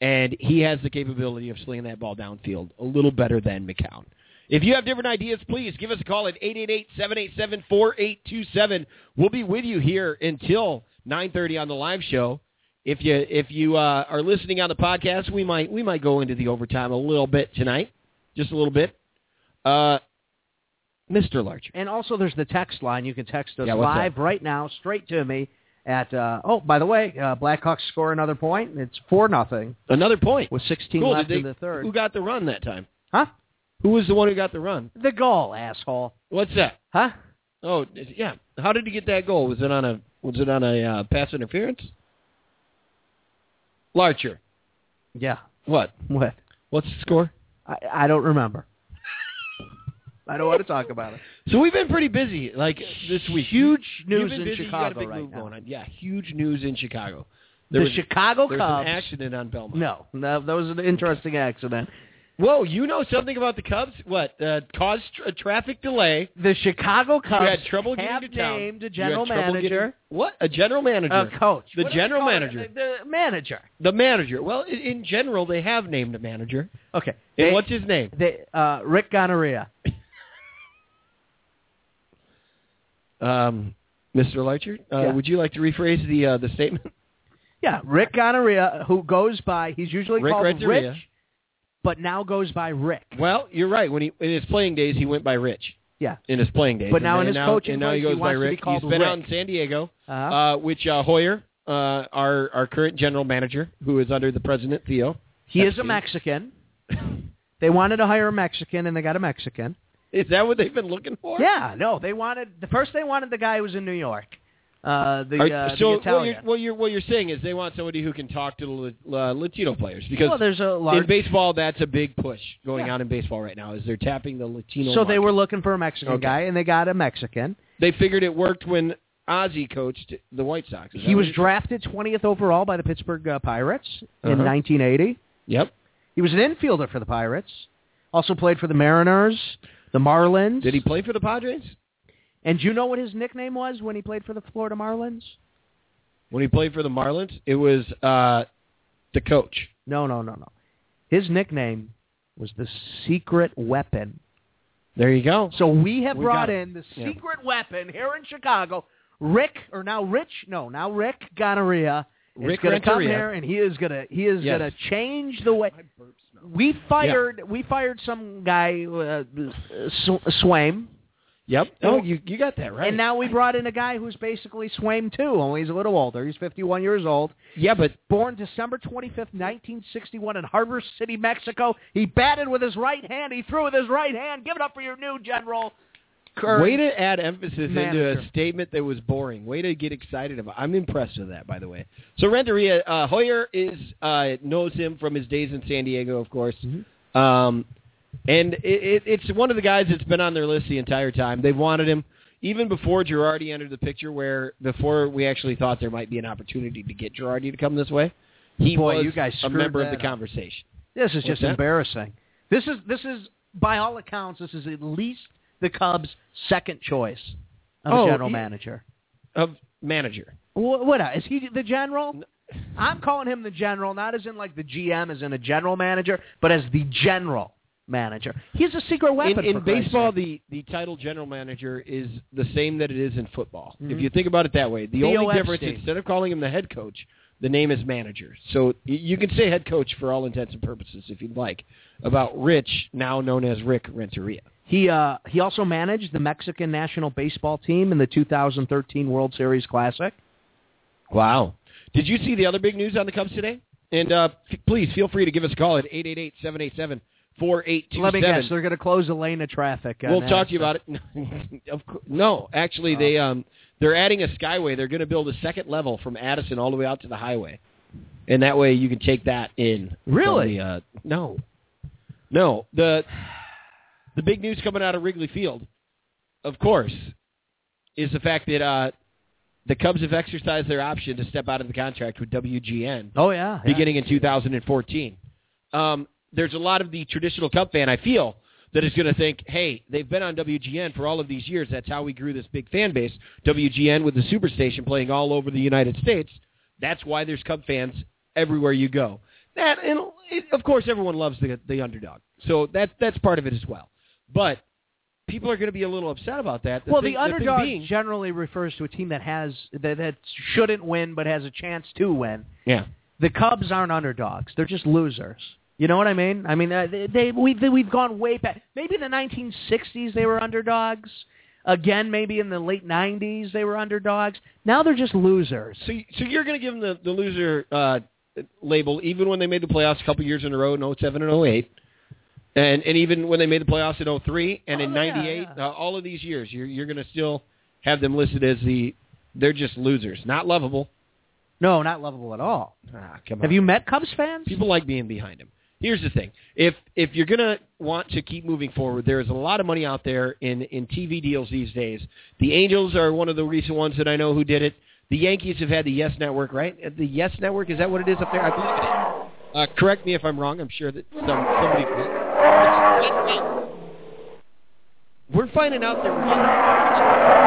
Speaker 2: and he has the capability of slinging that ball downfield a little better than McCown. If you have different ideas, please give us a call at 888-787-4827. We'll be with you here until 9:30 on the live show. If you if you uh, are listening on the podcast, we might we might go into the overtime a little bit tonight, just a little bit. Uh, Mr. Larcher.
Speaker 3: And also, there's the text line. You can text us
Speaker 2: Yeah, what's
Speaker 3: live right now, straight to me. At uh, oh, by the way, uh, Blackhawks score another point. It's four nothing
Speaker 2: Another point.
Speaker 3: with 16
Speaker 2: Cool,
Speaker 3: left
Speaker 2: did
Speaker 3: in
Speaker 2: they-
Speaker 3: the third.
Speaker 2: Who got the run that time?
Speaker 3: Huh?
Speaker 2: Who was the one who got the run?
Speaker 3: The goal, asshole.
Speaker 2: What's that?
Speaker 3: Huh?
Speaker 2: Oh, is- yeah. How did he get that goal? Was it on a was it on a uh, pass interference? Larcher.
Speaker 3: Yeah.
Speaker 2: What?
Speaker 3: What?
Speaker 2: What's the score?
Speaker 3: I, I don't remember. I don't want to talk about it.
Speaker 2: So we've been pretty busy like this week.
Speaker 3: Huge
Speaker 2: You've
Speaker 3: news
Speaker 2: been
Speaker 3: in
Speaker 2: busy, you got a
Speaker 3: Chicago
Speaker 2: big
Speaker 3: right
Speaker 2: move
Speaker 3: now.
Speaker 2: going on. Yeah, huge news in Chicago. There
Speaker 3: the
Speaker 2: was,
Speaker 3: Chicago
Speaker 2: there was
Speaker 3: Cubs.
Speaker 2: an accident on Belmont.
Speaker 3: No, no, that was an interesting accident.
Speaker 2: Whoa, you know something about the Cubs? What? Uh, caused tr- a traffic delay.
Speaker 3: The Chicago Cubs
Speaker 2: you had trouble getting
Speaker 3: have
Speaker 2: to town.
Speaker 3: named
Speaker 2: You
Speaker 3: a
Speaker 2: had
Speaker 3: general
Speaker 2: trouble
Speaker 3: manager,
Speaker 2: Getting, what? A general manager.
Speaker 3: a coach,
Speaker 2: The
Speaker 3: What do they
Speaker 2: general
Speaker 3: call it?
Speaker 2: manager.
Speaker 3: The, the manager.
Speaker 2: The manager. Well, in, in general, they have named a manager.
Speaker 3: Okay,
Speaker 2: And
Speaker 3: They-
Speaker 2: what's his name?
Speaker 3: they, uh, Rick Gonorrhea.
Speaker 2: Um, Mr. Leichert, uh,
Speaker 3: Yeah.
Speaker 2: would you like to rephrase the uh, the statement?
Speaker 3: Yeah, Rick Gonorrhea, who goes by he's usually
Speaker 2: Rick
Speaker 3: called
Speaker 2: Renteria.
Speaker 3: Rich, but now goes by Rick.
Speaker 2: Well, you're right. When he in his playing days, he went by Rich.
Speaker 3: Yeah.
Speaker 2: In his playing days,
Speaker 3: But
Speaker 2: And
Speaker 3: now in
Speaker 2: then-
Speaker 3: his
Speaker 2: now,
Speaker 3: coaching
Speaker 2: and now he
Speaker 3: place, he
Speaker 2: goes by
Speaker 3: wants to be
Speaker 2: Rick.
Speaker 3: called
Speaker 2: He's been out in
Speaker 3: Rick.
Speaker 2: San Diego,
Speaker 3: Uh-huh.
Speaker 2: uh, which uh, Hoyer, uh, our our current general manager, who is under the president Theo.
Speaker 3: he
Speaker 2: that's
Speaker 3: is a
Speaker 2: me.
Speaker 3: Mexican. they wanted to hire a Mexican, and they got a Mexican.
Speaker 2: Is that what they've been looking for?
Speaker 3: Yeah, no, they wanted the first. They wanted the guy who was in New York, uh, the,
Speaker 2: Are-
Speaker 3: uh, the
Speaker 2: so what you're,
Speaker 3: Italian.
Speaker 2: what you're what you're saying is they want somebody who can talk to the uh, Latino players because
Speaker 3: well, there's a
Speaker 2: in
Speaker 3: large.
Speaker 2: baseball that's a big push going
Speaker 3: Yeah.
Speaker 2: on in baseball right now is they're tapping the Latino.
Speaker 3: so they
Speaker 2: market.
Speaker 3: were looking for a Mexican
Speaker 2: Okay.
Speaker 3: guy, and they got a Mexican.
Speaker 2: they figured it worked when Ozzie coached the White Sox. Is that
Speaker 3: He was
Speaker 2: what you're-
Speaker 3: drafted 20th overall by the Pittsburgh uh, Pirates in
Speaker 2: Uh-huh.
Speaker 3: 1980.
Speaker 2: Yep.
Speaker 3: He was an infielder for the Pirates. Also played for the Mariners, the Marlins.
Speaker 2: Did he play for the Padres?
Speaker 3: And do you know what his nickname was when he played for the Florida Marlins?
Speaker 2: When he played for the Marlins, it was uh, the coach.
Speaker 3: No, no, no, no. His nickname was the secret weapon.
Speaker 2: There you go.
Speaker 3: So we have
Speaker 2: We
Speaker 3: brought
Speaker 2: got it.
Speaker 3: in the
Speaker 2: Yeah.
Speaker 3: secret weapon here in Chicago, Rick, or now Rich, no, now Rick Gonorrhea is
Speaker 2: Rick
Speaker 3: going to come
Speaker 2: Renteria.
Speaker 3: here, and he is going to he is
Speaker 2: Yes.
Speaker 3: going to change the way. We fired we fired some guy, uh, Sw- Swaim,
Speaker 2: Yep. Oh, you you got that right.
Speaker 3: and now we brought in a guy who's basically Swaim too, only he's a little older. He's 51 years old.
Speaker 2: yeah, but
Speaker 3: Born December 25th, 1961 in Harbor City, Mexico. He batted with his right hand. He threw with his right hand. Give it up for your new general. Kern.
Speaker 2: way to add emphasis into
Speaker 3: Manager.
Speaker 2: a statement that was boring. Way to get excited about. I'm impressed with that, by the way. So Renteria uh, Hoyer is uh, knows him from his days in San Diego, of course.
Speaker 3: Mm-hmm.
Speaker 2: Um, and it, it, it's one of the guys that's been on their list the entire time. They've wanted him even before Girardi entered the picture, where before we actually thought there might be an opportunity to get Girardi to come this way. He
Speaker 3: Boy,
Speaker 2: was
Speaker 3: you guys
Speaker 2: a
Speaker 3: screwed
Speaker 2: member of
Speaker 3: that
Speaker 2: the
Speaker 3: up.
Speaker 2: conversation.
Speaker 3: This is
Speaker 2: What's
Speaker 3: just
Speaker 2: that?
Speaker 3: embarrassing. This is this is by all accounts this is at least the Cubs' second choice of
Speaker 2: Oh,
Speaker 3: a general
Speaker 2: he-
Speaker 3: manager.
Speaker 2: Of manager.
Speaker 3: What, what is he the general? I'm calling him the general, not as in like the GM, as in a general manager, but as the general manager. He's a secret weapon
Speaker 2: in, in
Speaker 3: for Christ's
Speaker 2: baseball,
Speaker 3: sake.
Speaker 2: the, the title general manager is the same that it is in football. If
Speaker 3: Mhm.
Speaker 2: you think about it that way, the
Speaker 3: Theo
Speaker 2: only difference
Speaker 3: Epstein.
Speaker 2: instead of calling him the head coach, the name is manager. So y- you can say head coach for all intents and purposes if you'd like about Rich, now known as Rick Renteria.
Speaker 3: He uh, he also managed the Mexican national baseball team in the 2013 World Series Classic.
Speaker 2: Wow. Did you see the other big news on the Cubs today? And uh, f- please feel free to give us a call at 888-787-4827.
Speaker 3: Let me guess, they're going to close a lane of traffic. uh, on
Speaker 2: We'll
Speaker 3: that.
Speaker 2: talk to you about it. of cour- no, actually, they um, they're adding a skyway. They're going to build a second level from Addison all the way out to the highway, and that way you can take that in. from
Speaker 3: Really?
Speaker 2: the, uh, no, no. The the big news coming out of Wrigley Field, of course, is the fact that uh, the Cubs have exercised their option to step out of the contract with WGN
Speaker 3: Oh yeah, yeah.
Speaker 2: beginning in 2014. Um, there's a lot of the traditional Cub fan, I feel, that is going to think, hey, they've been on WGN for all of these years. That's how we grew this big fan base. WGN with the Superstation playing all over the United States. That's why there's Cub fans everywhere you go. That and it, of course everyone loves the the underdog, so that's that's part of it as well. But people are going to be a little upset about that.
Speaker 3: well,
Speaker 2: thing-
Speaker 3: the
Speaker 2: thing
Speaker 3: underdog
Speaker 2: being-
Speaker 3: generally refers to a team that has that, that shouldn't win but has a chance to win.
Speaker 2: yeah.
Speaker 3: The Cubs aren't underdogs; they're just losers. You know what I mean? I mean, uh, they, they we they, we've gone way back. Maybe in the 1960s they were underdogs. Again, maybe in the late 90s they were underdogs. Now they're just losers.
Speaker 2: So, so you're going to give them the, the loser uh, label even when they made the playoffs a couple years in a row in 07 and 08, and and even when they made the playoffs in 03 and in
Speaker 3: Oh, yeah,
Speaker 2: '98,
Speaker 3: yeah.
Speaker 2: uh, all of these years, you're you're going to still have them listed as the they're just losers, not lovable.
Speaker 3: No, not lovable at all.
Speaker 2: Ah, come on.
Speaker 3: Have you met Cubs fans?
Speaker 2: People like being behind him. Here's the thing: if if you're gonna want to keep moving forward, there is a lot of money out there in in TV deals these days. The Angels are one of the recent ones that I know who did it. The Yankees have had the Yes Network, right? Uh, The Yes Network is that what it is up there? I believe it is. Uh, correct me if I'm wrong. I'm sure that some somebody. We're finding out there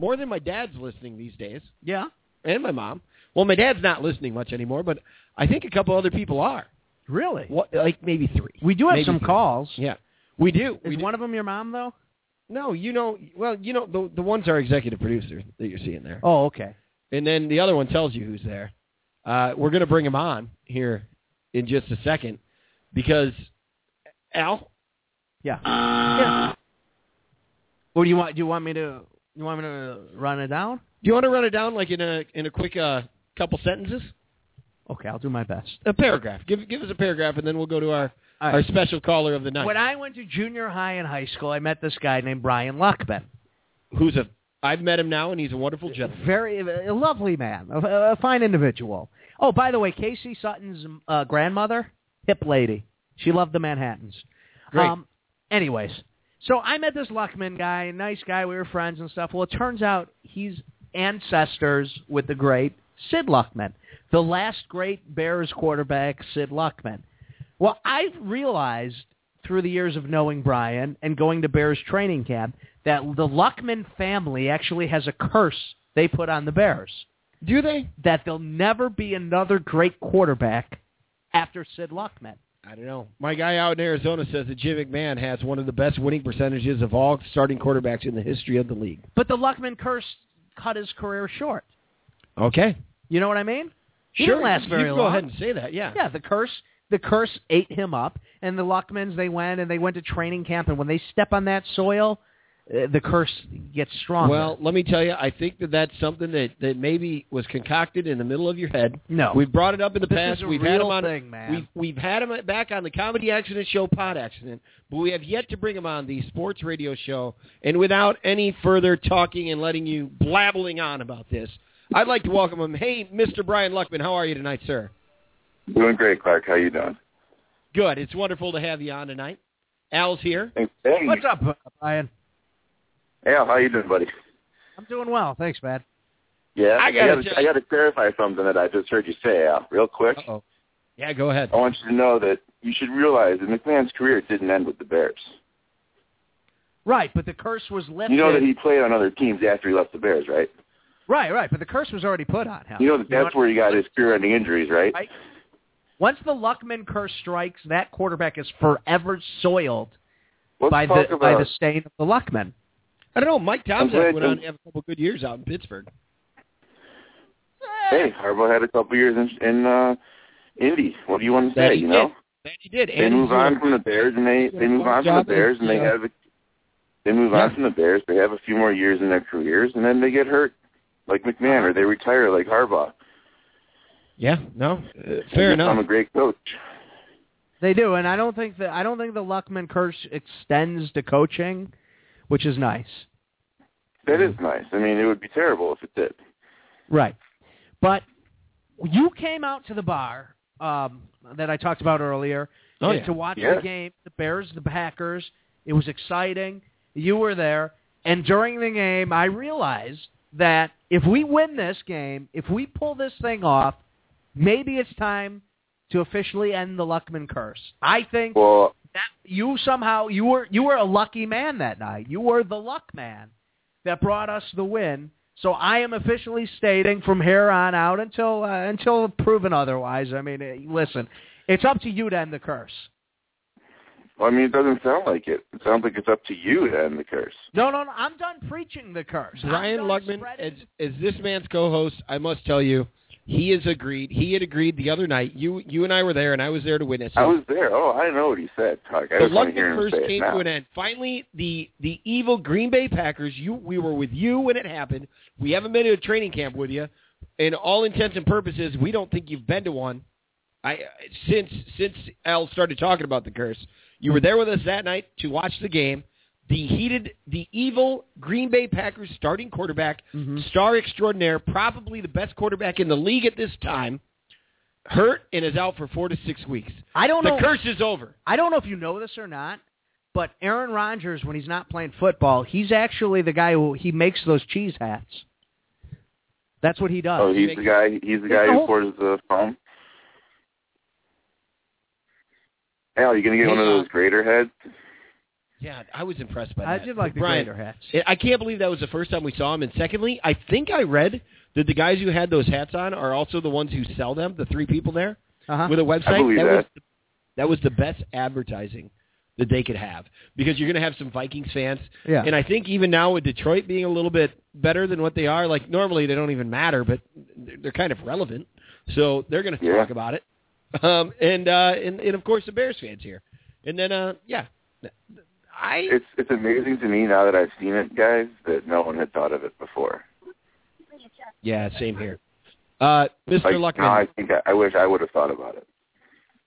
Speaker 2: more than my dad's listening these days
Speaker 3: yeah.
Speaker 2: and my mom. Well, my dad's not listening much anymore, but I think a couple other people are.
Speaker 3: Really?
Speaker 2: What, like maybe three.
Speaker 3: we do have
Speaker 2: Maybe
Speaker 3: some
Speaker 2: three.
Speaker 3: calls.
Speaker 2: Yeah, we do.
Speaker 3: Is
Speaker 2: we do.
Speaker 3: one of them your mom though?
Speaker 2: No, you know. Well, you know the the ones are executive producers that you're seeing there,
Speaker 3: Oh, okay.
Speaker 2: and then the other one tells you who's there. Uh, we're gonna bring him on here in just a second because Al.
Speaker 3: Yeah. yeah. Uh, Or do you want? Do you want me to? You want me to run it down?
Speaker 2: Do you want to run it down like in a in a quick uh, couple sentences?
Speaker 3: Okay, I'll do my best.
Speaker 2: A paragraph. Give give us a paragraph, and then we'll go to our
Speaker 3: All right.
Speaker 2: our special caller of the night,
Speaker 3: When I went to junior high and high school, I met this guy named Brian Lockman.
Speaker 2: who's a. I've met him now, and he's a wonderful gentleman.
Speaker 3: Very a lovely man, a, a fine individual. Oh, by the way, Casey Sutton's uh, grandmother, hip lady. She loved the Manhattans.
Speaker 2: Great.
Speaker 3: Um, anyways, so I met this Luckman guy, nice guy. We were friends and stuff. Well, it turns out he's ancestors with the great Sid Luckman, the last great Bears quarterback, Sid Luckman. Well, I realized through the years of knowing Brian and going to Bears training camp that the Luckman family actually has a curse they put on the Bears
Speaker 2: Do they?
Speaker 3: that there'll never be another great quarterback after Sid Luckman.
Speaker 2: I don't know. My guy out in Arizona says that Jim McMahon has one of the best winning percentages of all starting quarterbacks in the history of the league.
Speaker 3: But the Luckman curse cut his career short.
Speaker 2: Okay.
Speaker 3: You know what I mean? He
Speaker 2: sure.
Speaker 3: didn't last very
Speaker 2: you can
Speaker 3: long.
Speaker 2: Go ahead and say that. Yeah.
Speaker 3: Yeah, the curse the curse ate him up, and the Luckmans they went and they went to training camp, and when they step on that soil, uh, the curse gets stronger.
Speaker 2: Well, let me tell you, I think that that's something that, that maybe was concocted in the middle of your head.
Speaker 3: No.
Speaker 2: We've brought it up in the
Speaker 3: This
Speaker 2: past.
Speaker 3: is a
Speaker 2: we've
Speaker 3: real
Speaker 2: had him on.
Speaker 3: thing, man.
Speaker 2: We've we've had him back on the comedy accident show, pod accident, but we have yet to bring him on the sports radio show. And without any further talking and letting you blabbling on about this, I'd like to welcome him. Hey, Mr. Brian Luckman, how are you tonight, sir?
Speaker 5: Doing great, Clark. How you doing?
Speaker 2: Good. It's wonderful to have you on tonight. Al's here.
Speaker 5: Hey, hey,
Speaker 3: What's up, uh, Brian?
Speaker 5: Al, how you doing, buddy?
Speaker 3: I'm doing well, thanks, man.
Speaker 5: Yeah,
Speaker 2: I gotta
Speaker 5: I
Speaker 2: tell
Speaker 5: gotta,
Speaker 2: you-
Speaker 5: I gotta clarify something that I just heard you say, Al, real quick.
Speaker 2: Uh-oh. Yeah, go ahead.
Speaker 5: I want you to know that you should realize that McMahon's career didn't end with the Bears.
Speaker 3: Right, but the curse was lifted.
Speaker 5: You know that he played on other teams after he left the Bears, right?
Speaker 3: right, right, but the curse was already put on him.
Speaker 5: You know that that's where he got his career-ending injuries, right?
Speaker 3: Right. Once the Luckman curse strikes, that quarterback is forever soiled
Speaker 5: Let's
Speaker 3: by
Speaker 5: talk
Speaker 3: the by
Speaker 5: about
Speaker 3: the stain of the Luckman.
Speaker 2: I don't know. Mike Thompson
Speaker 5: glad
Speaker 2: went
Speaker 5: you-
Speaker 2: on to have a couple good years out in Pittsburgh.
Speaker 5: hey, Harbaugh had a couple years in, in uh, Indy. What do you want to say?
Speaker 2: he
Speaker 5: You
Speaker 2: did.
Speaker 5: know,
Speaker 2: That he did.
Speaker 5: they
Speaker 2: And
Speaker 5: move
Speaker 2: he's
Speaker 5: on
Speaker 2: doing-
Speaker 5: from the Bears, and they
Speaker 2: Yeah,
Speaker 5: they move
Speaker 2: Mark
Speaker 5: on from the
Speaker 2: Johnson,
Speaker 5: Bears, and they
Speaker 2: yeah.
Speaker 5: have a, they move on
Speaker 2: Yeah.
Speaker 5: from the Bears. They have a few more years in their careers, and then they get hurt, like McMahon,
Speaker 2: Uh-huh.
Speaker 5: or they retire, like Harbaugh.
Speaker 2: Yeah, no. uh,
Speaker 5: They
Speaker 2: fair
Speaker 5: become
Speaker 2: enough.
Speaker 5: a great coach.
Speaker 3: They do, and I don't think that I don't think the Luckman curse extends to coaching, which is nice.
Speaker 5: That
Speaker 2: Mm-hmm.
Speaker 5: is nice. I mean, it would be terrible if it did.
Speaker 3: Right. But you came out to the bar um, that I talked about earlier
Speaker 2: Oh,
Speaker 3: and
Speaker 2: yeah.
Speaker 3: to watch
Speaker 5: Yeah.
Speaker 3: the game, the Bears, the Packers. It was exciting. You were there. And during the game, I realized that if we win this game, if we pull this thing off, maybe it's time to officially end the Luckman curse. I think
Speaker 5: Well,
Speaker 3: that you somehow you were you were a lucky man that night. You were the luck man that brought us the win. So I am officially stating from here on out until uh, until proven otherwise. I mean, eh, listen, it's up to you to end the curse.
Speaker 5: Well, I mean, it doesn't sound like it. It sounds like it's up to you to end the curse.
Speaker 3: No, no, no. I'm done preaching the curse. I'm
Speaker 2: Ryan
Speaker 3: done
Speaker 2: Lugman, as,
Speaker 3: spreading-
Speaker 2: as this man's co-host, I must tell you, he has agreed. He had agreed the other night. You you and I were there, and I was there to witness it.
Speaker 5: I was there. Oh, I know what he said, Tuck. I
Speaker 2: the
Speaker 5: just want to
Speaker 2: Lugman
Speaker 5: hear him
Speaker 2: curse
Speaker 5: say it
Speaker 2: came
Speaker 5: now.
Speaker 2: to an end. Finally, the the evil Green Bay Packers. You we were with you when it happened. We haven't been to a training camp with you. In all intents and purposes, we don't think you've been to one. I since since Al started talking about the curse, you were there with us that night to watch the game. The heated, the evil Green Bay Packers starting quarterback,
Speaker 5: Mm-hmm.
Speaker 2: star extraordinaire, probably the best quarterback in the league at this time, hurt and is out for four to six weeks.
Speaker 3: I don't
Speaker 2: the
Speaker 3: know.
Speaker 2: curse is over.
Speaker 3: I don't know if you know this or not, but Aaron Rodgers, when he's not playing football, he's actually the guy who he makes those cheese hats. That's what he does.
Speaker 5: Oh, he's the guy. He's the guy
Speaker 3: the
Speaker 5: who
Speaker 3: whole-
Speaker 5: pours the foam. Al, you gonna get
Speaker 2: Hey, uh,
Speaker 5: one of
Speaker 2: Al.
Speaker 5: those grater heads?
Speaker 2: Yeah, I was impressed by
Speaker 3: I
Speaker 2: that.
Speaker 3: did like the
Speaker 2: Brian,
Speaker 3: grater hats.
Speaker 2: it- I can't believe that was the first time we saw him. And secondly, I think I read that the guys who had those hats on are also the ones who sell them. The three people there
Speaker 3: Uh-huh.
Speaker 2: with a website.
Speaker 5: believe
Speaker 2: that,
Speaker 5: that.
Speaker 2: was the, that was the best advertising that they could have because you're going to have some Vikings fans.
Speaker 3: Yeah.
Speaker 2: And I think even now with Detroit being a little bit better than what they are, like normally they don't even matter, but they're they're kind of relevant, so they're going to
Speaker 5: Yeah.
Speaker 2: talk about it. Um, and uh, and and of course the Bears fans here, and then uh, yeah, I
Speaker 5: It's it's amazing to me now that I've seen it, guys, that no one had thought of it before.
Speaker 2: Yeah, same here. Uh, Mr.
Speaker 5: Like
Speaker 2: Luckman,
Speaker 5: now, I think I, I wish I would have thought about it.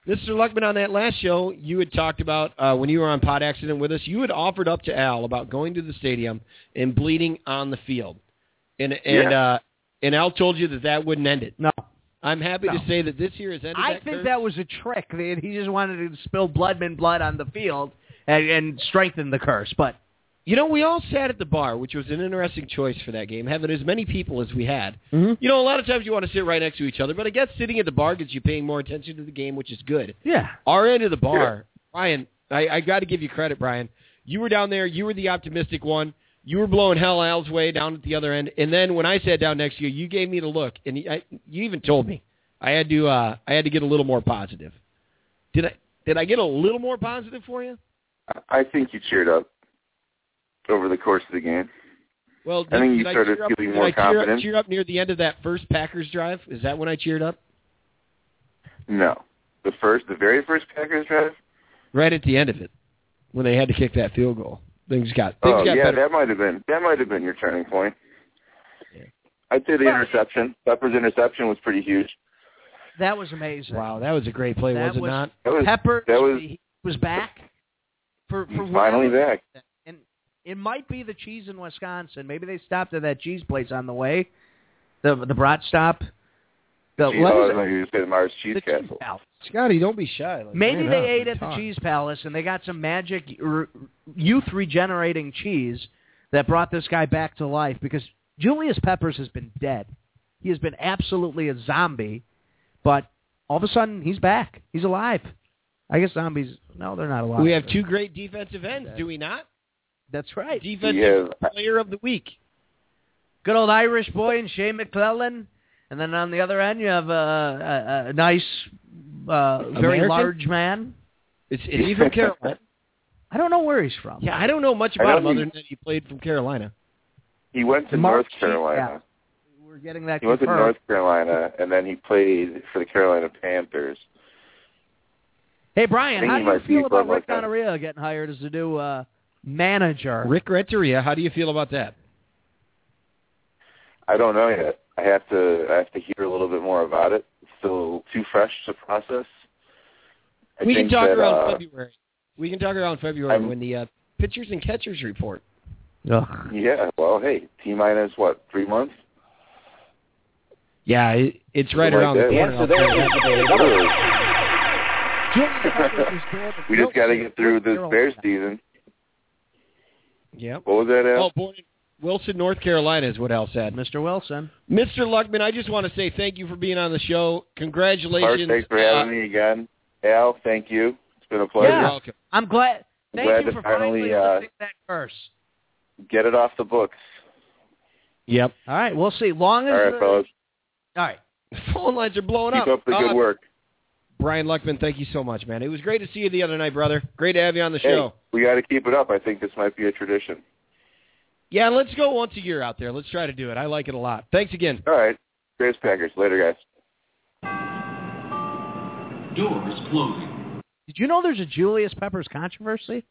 Speaker 2: Mr. Luckman, on that last show, you had talked about uh, when you were on Pod Accident with us, you had offered up to Al about going to the stadium and bleeding on the field, and and
Speaker 5: Yeah.
Speaker 2: uh, and Al told you that that wouldn't end it.
Speaker 3: no,
Speaker 2: I'm happy
Speaker 3: No.
Speaker 2: to say that this year has ended.
Speaker 3: I
Speaker 2: that
Speaker 3: think
Speaker 2: curse.
Speaker 3: that was a trick. They- He just wanted to spill Bloodman blood on the field and, and strengthen the curse. But
Speaker 2: You know, we all sat at the bar, which was an interesting choice for that game, having as many people as we had.
Speaker 3: Mhm.
Speaker 2: You know, a lot of times you want to sit right next to each other, but I guess sitting at the bar gets you paying more attention to the game, which is good.
Speaker 3: yeah,
Speaker 2: our end of the bar, Brian, I, I got to give you credit, Brian. You were down there. You were the optimistic one. You were blowing hell Al's way down at the other end. And then when I sat down next to you, you gave me the look, and I, you even told me I had to uh, I had to get a little more positive. Did I did I get a little more positive for you?
Speaker 5: I- I think you cheered up over the course of the game.
Speaker 2: Well, did,
Speaker 5: I think you
Speaker 2: did I
Speaker 5: started
Speaker 2: cheer up,
Speaker 5: feeling
Speaker 2: did
Speaker 5: more
Speaker 2: I cheer up,
Speaker 5: confident.
Speaker 2: cheer up near the end of that first Packers drive? Is that when I cheered up?
Speaker 5: No, the first, the very first Packers drive.
Speaker 2: Right at the end of it, when they had to kick that field goal, things got things
Speaker 5: Oh
Speaker 2: got
Speaker 5: yeah,
Speaker 2: better.
Speaker 5: that might have been that might have been your turning point.
Speaker 2: Yeah.
Speaker 5: I'd say the interception. Pepper's interception was pretty huge.
Speaker 3: that was amazing.
Speaker 2: wow, that was a great play,
Speaker 3: That
Speaker 2: was it
Speaker 3: was-
Speaker 2: not?
Speaker 5: That was
Speaker 3: Pepper
Speaker 5: that was
Speaker 3: he was back for, for
Speaker 5: he's finally
Speaker 3: whatever
Speaker 5: back.
Speaker 3: reason. And it might be the cheese in Wisconsin. Maybe they stopped at that cheese place on the way, the the brat stop. The,
Speaker 5: Gee,
Speaker 3: what
Speaker 5: oh, I
Speaker 3: was
Speaker 5: was like, you just said Mars Cheese
Speaker 3: it? The cheese
Speaker 5: Castle.
Speaker 3: palace.
Speaker 2: Scotty, don't be shy. Like,
Speaker 3: Maybe
Speaker 2: man
Speaker 3: they
Speaker 2: up
Speaker 3: ate
Speaker 2: and
Speaker 3: at the
Speaker 2: talk.
Speaker 3: cheese palace and they got some magic r- youth regenerating cheese that brought this guy back to life because Julius Peppers has been dead. He has been absolutely a zombie, but all of a sudden he's back. He's alive. I guess zombies no, they're not alive.
Speaker 2: We have two great defensive ends, do we not?
Speaker 3: That's right.
Speaker 2: Defensive
Speaker 5: Yeah.
Speaker 2: player of the week.
Speaker 3: good old Irish boy and Shane McClellan, and then on the other end you have uh, a, a, a nice, uh, very
Speaker 2: American?
Speaker 3: large man.
Speaker 2: It's, and he's from Carolina.
Speaker 3: I don't know where he's from.
Speaker 2: Yeah, I don't know much
Speaker 5: I
Speaker 2: about him
Speaker 5: don't
Speaker 2: other
Speaker 5: mean-
Speaker 2: than that he played from Carolina.
Speaker 5: He went to
Speaker 3: Mark
Speaker 5: North
Speaker 3: Cheese
Speaker 5: Carolina.
Speaker 3: Castle. We're getting that
Speaker 5: He went to
Speaker 3: confirmed.
Speaker 5: North Carolina, and then he played for the Carolina Panthers.
Speaker 3: Hey
Speaker 5: I
Speaker 3: Brian,
Speaker 5: think
Speaker 3: how do
Speaker 5: he
Speaker 3: you
Speaker 5: might be
Speaker 3: feel about
Speaker 5: from,
Speaker 3: Rick
Speaker 5: like, a-
Speaker 3: Gonorrhea getting hired as the new uh, manager?
Speaker 2: Rick Renteria, how do you feel about that?
Speaker 5: I don't know yet. I have to I have to hear a little bit more about it. It's still too fresh to process. I
Speaker 2: we can
Speaker 5: think
Speaker 2: talk
Speaker 5: that,
Speaker 2: around
Speaker 5: uh,
Speaker 2: February. We can talk around February
Speaker 5: I'm-
Speaker 2: when the uh, pitchers and catchers report.
Speaker 3: Ugh.
Speaker 5: Yeah, well, hey, T minus what three months?
Speaker 2: Yeah, it, it's right
Speaker 5: Like
Speaker 2: around
Speaker 5: that.
Speaker 2: the corner.
Speaker 5: Literally.
Speaker 3: Julius Peppers is doing the
Speaker 5: We just got to
Speaker 3: Wilson
Speaker 5: get through this
Speaker 3: Carolina.
Speaker 5: Bears season.
Speaker 2: Yeah.
Speaker 5: What was that? Al?
Speaker 2: Oh, born in Wilson, North Carolina is what Al said.
Speaker 3: Mr. Wilson.
Speaker 2: Mr. Luckman, I just want to say thank you for being on the show.
Speaker 5: Mark,
Speaker 2: Congratulations.
Speaker 5: thanks for
Speaker 2: Uh,
Speaker 5: having me again. Al, thank you. It's been a pleasure.
Speaker 2: You're
Speaker 3: Yeah.
Speaker 2: welcome.
Speaker 3: I'm glad. Thank
Speaker 5: Glad
Speaker 3: you
Speaker 5: to
Speaker 3: for
Speaker 5: finally,
Speaker 3: finally
Speaker 5: uh,
Speaker 3: lifting that curse.
Speaker 5: Get it off the books.
Speaker 2: Yep.
Speaker 3: All right, we'll see. Long as
Speaker 5: All right,
Speaker 3: the-
Speaker 5: fellas.
Speaker 3: all right.
Speaker 2: Phone lines are blowing
Speaker 5: Keep up the good
Speaker 2: Uh,
Speaker 5: work.
Speaker 2: Brian Luckman, thank you so much, man. It was great to see you the other night, brother. Great to have you on the show.
Speaker 5: Hey, we got to keep it up. I think this might be a tradition.
Speaker 2: Yeah, let's go once a year out there. Let's try to do it. I like it a lot. Thanks again.
Speaker 5: All right. Grace Packers. Later, guys.
Speaker 6: Doors closing.
Speaker 3: Did you know there's a Julius Peppers controversy?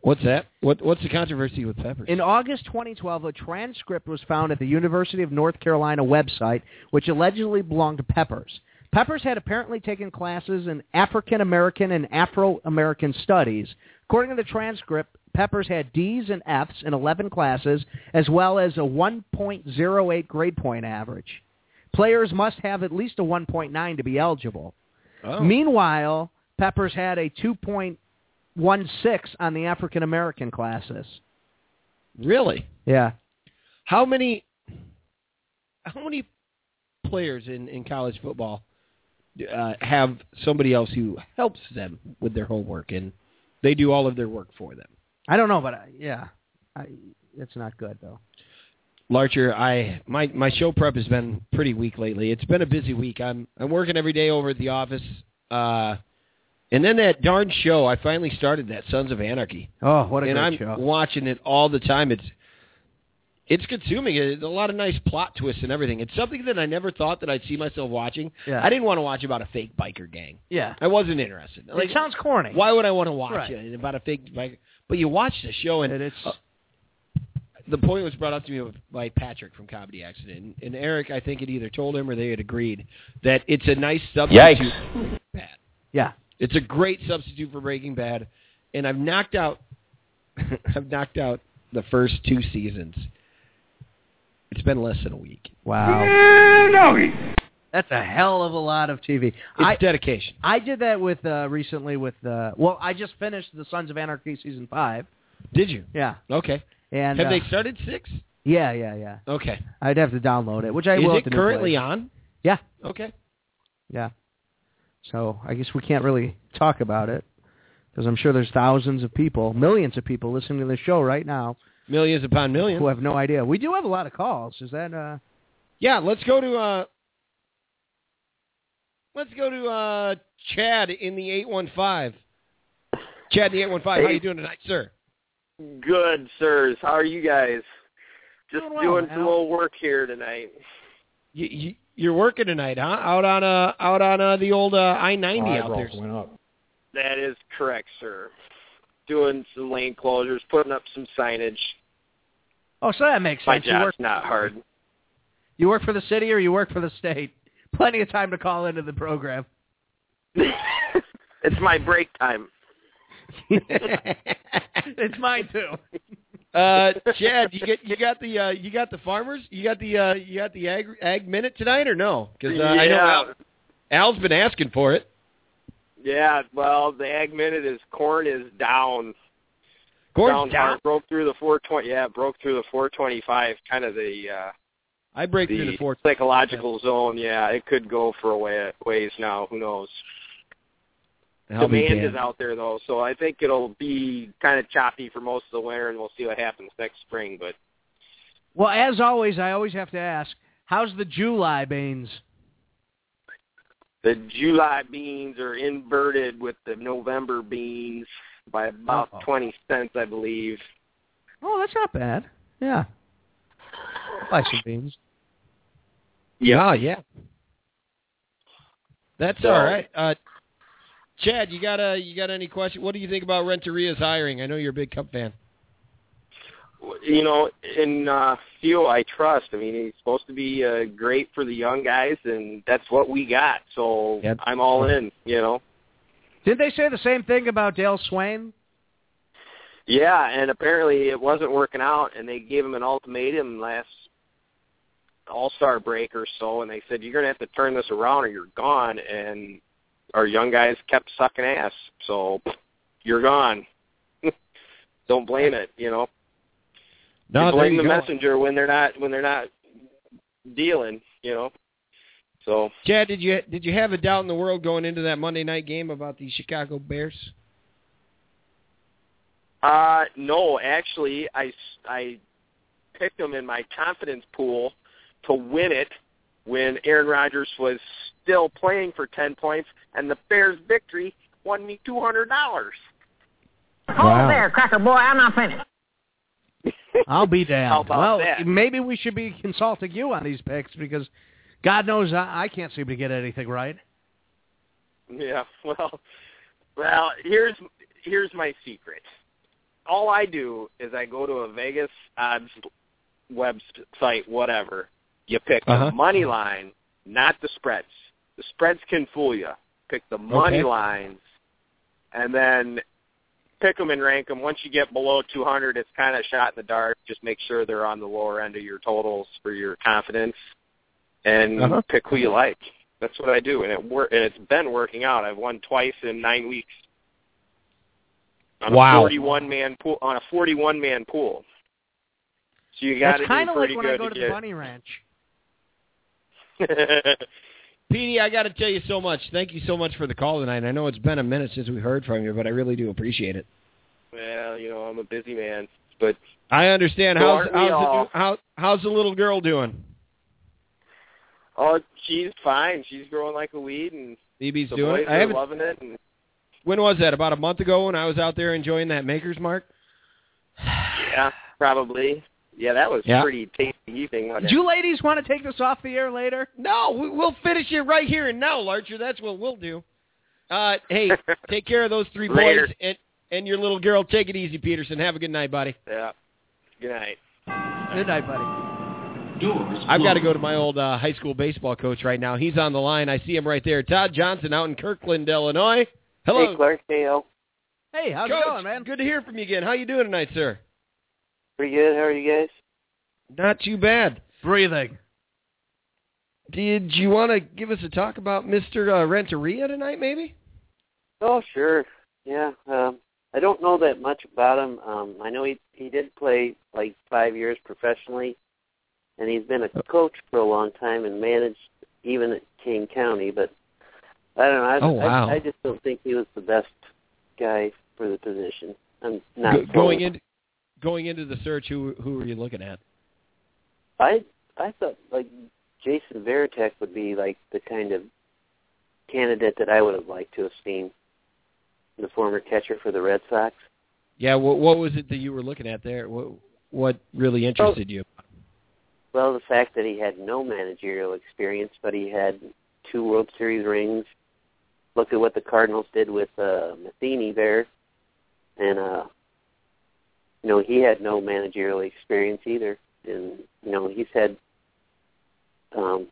Speaker 2: What's that? What What's the controversy with peppers?
Speaker 3: In August 2012, a transcript was found at the University of North Carolina website, which allegedly belonged to Peppers. Peppers had apparently taken classes in African American and Afro American studies. According to the transcript, Peppers had D's and F's in 11 classes, as well as a 1.08 grade point average. Players must have at least a 1.9 to be eligible.
Speaker 2: oh.
Speaker 3: Meanwhile, Peppers had a 2.16 on the African American classes.
Speaker 2: really?
Speaker 3: Yeah.
Speaker 2: How many How many players in in college football uh, have somebody else who helps them with their homework and they do all of their work for them?
Speaker 3: I don't know, but I, yeah, I, it's not good though.
Speaker 2: Larcher, I my my show prep has been pretty weak lately. It's been a busy week. I'm I'm working every day over at the office. Uh and then that darn show, I finally started that Sons of Anarchy.
Speaker 3: Oh, what a
Speaker 2: and
Speaker 3: great
Speaker 2: I'm
Speaker 3: show!
Speaker 2: watching it all the time. It's it's consuming. It's a lot of nice plot twists and everything. It's something that I never thought that I'd see myself watching.
Speaker 3: Yeah.
Speaker 2: I didn't want to watch about a fake biker gang.
Speaker 3: yeah,
Speaker 2: I wasn't interested. Like,
Speaker 3: it sounds corny.
Speaker 2: why would I want to watch
Speaker 3: Right.
Speaker 2: it about a fake biker? But you watch the show and
Speaker 3: And it's
Speaker 2: uh, the point was brought up to me by Patrick from Comedy Accident, and, and Eric, I think, had either told him or they had agreed that it's a nice substitute.
Speaker 7: Yikes.
Speaker 2: for Breaking Bad.
Speaker 3: Yeah.
Speaker 2: it's a great substitute for Breaking Bad, and I've knocked out, I've knocked out the first two seasons. It's been less than a week.
Speaker 3: wow, that's a hell of a lot of TV.
Speaker 2: It's
Speaker 3: I
Speaker 2: dedication.
Speaker 3: I did that with uh, recently with uh, well, I just finished the Sons of Anarchy season five.
Speaker 2: Did you?
Speaker 3: Yeah,
Speaker 2: Okay.
Speaker 3: and
Speaker 2: have
Speaker 3: uh,
Speaker 2: they started six?
Speaker 3: yeah, yeah, yeah.
Speaker 2: Okay.
Speaker 3: I'd have to download it, which I
Speaker 2: Is
Speaker 3: will.
Speaker 2: it currently on?
Speaker 3: Yeah.
Speaker 2: Okay.
Speaker 3: Yeah. So I guess we can't really talk about it because I'm sure there's thousands of people, millions of people listening to the show right now
Speaker 2: Millions upon millions.
Speaker 3: who have no idea. We do have a lot of calls. Is that uh?
Speaker 2: Yeah, let's go to uh let's go to uh Chad in the eight one five. Chad in the eight one five, how you doing tonight, sir?
Speaker 8: Good, sirs. How are you guys? Just
Speaker 3: Doing well,
Speaker 8: doing
Speaker 3: Al.
Speaker 8: some old work here tonight.
Speaker 2: You, you you're working tonight, huh? Out on uh out on uh the old uh I
Speaker 8: Oh,
Speaker 2: ninety
Speaker 4: My
Speaker 2: out there.
Speaker 4: eyebrows went up.
Speaker 8: That is correct, sir. Doing some lane closures, putting up some signage.
Speaker 3: Oh, so that makes
Speaker 8: My
Speaker 3: sense. You
Speaker 8: job's
Speaker 3: work,
Speaker 8: not hard.
Speaker 3: you work for the city or you work for the state. Plenty of time to call into the program.
Speaker 8: it's my break time.
Speaker 3: it's mine too.
Speaker 2: Uh Chad, you get you got the uh you got the farmers? You got the uh you got the ag ag minute tonight or no? Cuz uh, I know
Speaker 8: yeah,
Speaker 2: Al, Al's been asking for it.
Speaker 8: yeah. Well, the ag minute is corn is down.
Speaker 2: Corn's down.
Speaker 8: hard. Broke through the 420. Yeah, broke through the 425. Kind of the uh,
Speaker 2: I break through
Speaker 8: the
Speaker 2: the fourth.
Speaker 8: psychological zone. Yeah, it could go for a way, ways now. Who knows?
Speaker 2: I'll be
Speaker 8: demand is
Speaker 2: damned.
Speaker 8: out there though, so I think it'll be kind of choppy for most of the winter, and we'll see what happens next spring. But
Speaker 3: Well, as always, I always have to ask, how's the July beans?
Speaker 8: the July beans are inverted with the November beans by about
Speaker 2: Uh-huh.
Speaker 3: Uh-oh.
Speaker 8: twenty cents, I believe.
Speaker 3: Oh, that's not bad. Yeah, I'll buy some beans.
Speaker 2: Yeah, Ah, yeah. That's
Speaker 8: So-
Speaker 2: all right. Uh, Chad, you got uh, you got any question? What do you think about Renteria's hiring? I know you're a big Cup fan.
Speaker 8: You know, in uh, Theo, I trust. I mean, he's supposed to be uh, great for the young guys, and that's what we got. So
Speaker 2: Yep.
Speaker 8: I'm all in. You know.
Speaker 3: Didn't they say the same thing about Dale Swain?
Speaker 8: Yeah, and apparently it wasn't working out, and they gave him an ultimatum last All Star break or so, and they said you're going to have to turn this around or you're gone. And our young guys kept sucking ass, so you're gone. Don't blame it, you know. you
Speaker 2: there
Speaker 8: blame
Speaker 2: you
Speaker 8: the
Speaker 2: go.
Speaker 8: messenger when they're not when they're not dealing, you know. So
Speaker 2: Chad, did you did you have a doubt in the world going into that Monday night game about the Chicago Bears?
Speaker 8: Uh, no, actually, I, s- I picked him in my confidence pool to win it when Aaron Rodgers was still playing for 10 points, and the Bears' victory won me $200.
Speaker 7: Hold there, cracker boy. I'm not finished.
Speaker 3: I'll be damned.
Speaker 8: How about
Speaker 3: well,
Speaker 8: that?
Speaker 3: maybe we should be consulting you on these picks because God knows I, I can't seem to get anything right.
Speaker 8: Yeah, well, well, here's here's my secret. All I do is I go to a Vegas odds website, whatever. You pick
Speaker 2: Uh-huh.
Speaker 8: the money line, not the spreads. The spreads can fool you. Pick the money
Speaker 2: Okay.
Speaker 8: lines, and then pick them and rank them. Once you get below 200, it's kind of shot in the dark. Just make sure they're on the lower end of your totals for your confidence, and
Speaker 2: Uh-huh.
Speaker 8: pick who you like. That's what I do, and it wor- and it's been working out. I've won twice in nine weeks. On
Speaker 2: Wow.
Speaker 8: A Forty-one man pool on a forty-one man pool. So you got
Speaker 3: That's
Speaker 8: to
Speaker 3: kind
Speaker 8: do
Speaker 3: of like
Speaker 8: pretty
Speaker 3: when I
Speaker 8: good
Speaker 3: go to the
Speaker 8: to
Speaker 3: bunny ranch.
Speaker 8: get.
Speaker 2: Petey, I got to tell you so much. Thank you so much for the call tonight. I know it's been a minute since we heard from you, but I really do appreciate it.
Speaker 8: well, you know, I'm a busy man, but
Speaker 2: I understand.
Speaker 8: So
Speaker 2: How's
Speaker 8: aren't we
Speaker 2: how's the,
Speaker 8: all?
Speaker 2: new- how, how's the little girl doing?
Speaker 8: oh, she's fine. She's growing like a weed, and
Speaker 2: BB's
Speaker 8: the
Speaker 2: doing.
Speaker 8: boys
Speaker 2: it? I
Speaker 8: are
Speaker 2: haven't.
Speaker 8: loving it. And
Speaker 2: When was that? About a month ago when I was out there enjoying that Maker's Mark.
Speaker 8: yeah, probably. Yeah, that was
Speaker 2: Yeah.
Speaker 8: pretty tasty evening. wasn't it?
Speaker 3: Do you ladies want to take this off the air later?
Speaker 2: No, we, we'll finish it right here and now, Larcher. That's what we'll do. Uh, hey, take care of those three
Speaker 8: Later.
Speaker 2: boys and and your little girl. Take it easy, Peterson. Have a good night, buddy.
Speaker 8: yeah. Good night.
Speaker 3: Good night, buddy.
Speaker 6: Doors
Speaker 2: I've got to go to my old uh, high school baseball coach right now. He's on the line. I see him right there. Todd Johnson out in Kirkland, Illinois. Hello,
Speaker 5: Hey, Clark Dale.
Speaker 3: Hey, how's
Speaker 2: coach.
Speaker 3: it going, man?
Speaker 2: Good to hear from you again. How you doing tonight, sir?
Speaker 5: Pretty good. How are you guys?
Speaker 2: Not too bad.
Speaker 3: Breathing.
Speaker 2: Did you want to give us a talk about Mister uh, Renteria tonight, maybe?
Speaker 9: Oh, sure. Yeah. Um, I don't know that much about him. Um, I know he he did play like five years professionally, and he's been
Speaker 2: Uh,
Speaker 9: a coach for a long time and managed even at King County. But I don't know. I,
Speaker 2: Oh, wow.
Speaker 9: I, I just don't think he was the best guy for the position. I'm not
Speaker 2: Go- going
Speaker 9: sold.
Speaker 2: in, going into the search. Who who were you looking at?
Speaker 9: I I thought like Jason Veritek would be like the kind of candidate that I would have liked to have seen. The former catcher for the Red Sox.
Speaker 2: Yeah, what what was it that you were looking at there? What what
Speaker 9: Oh,
Speaker 2: really interested you?
Speaker 9: Well, the fact that he had no managerial experience, but he had two World Series rings. Look at what the Cardinals did with uh, Matheny there, and uh, you know he had no managerial experience either. And you know he's had um,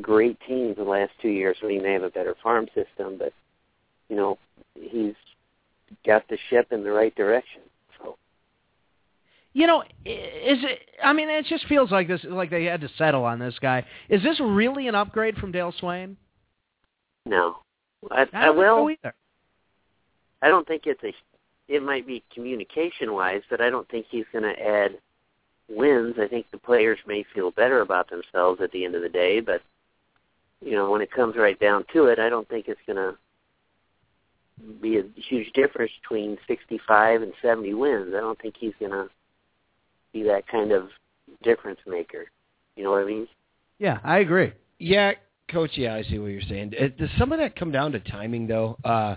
Speaker 9: great teams the last two years. When he may have a better farm system, but you know he's got the ship in the right direction. So
Speaker 3: You know, i- is it? I mean, it just feels like this. Like they had to settle on this guy. Is this really an upgrade from Dale Swain?
Speaker 9: no, I,
Speaker 3: I
Speaker 9: I
Speaker 3: don't
Speaker 9: will.
Speaker 3: think so either.
Speaker 9: I don't think it's a. It might be communication wise, but I don't think he's going to add wins. I think the players may feel better about themselves at the end of the day, but you know, when it comes right down to it, I don't think it's going to be a huge difference between 65 and 70 wins. I don't think he's going to be that kind of difference maker. You know what I mean?
Speaker 3: Yeah, I agree.
Speaker 2: Yeah, coach. Yeah, I see what you're saying. Uh, Does some of that come down to timing, though? Uh,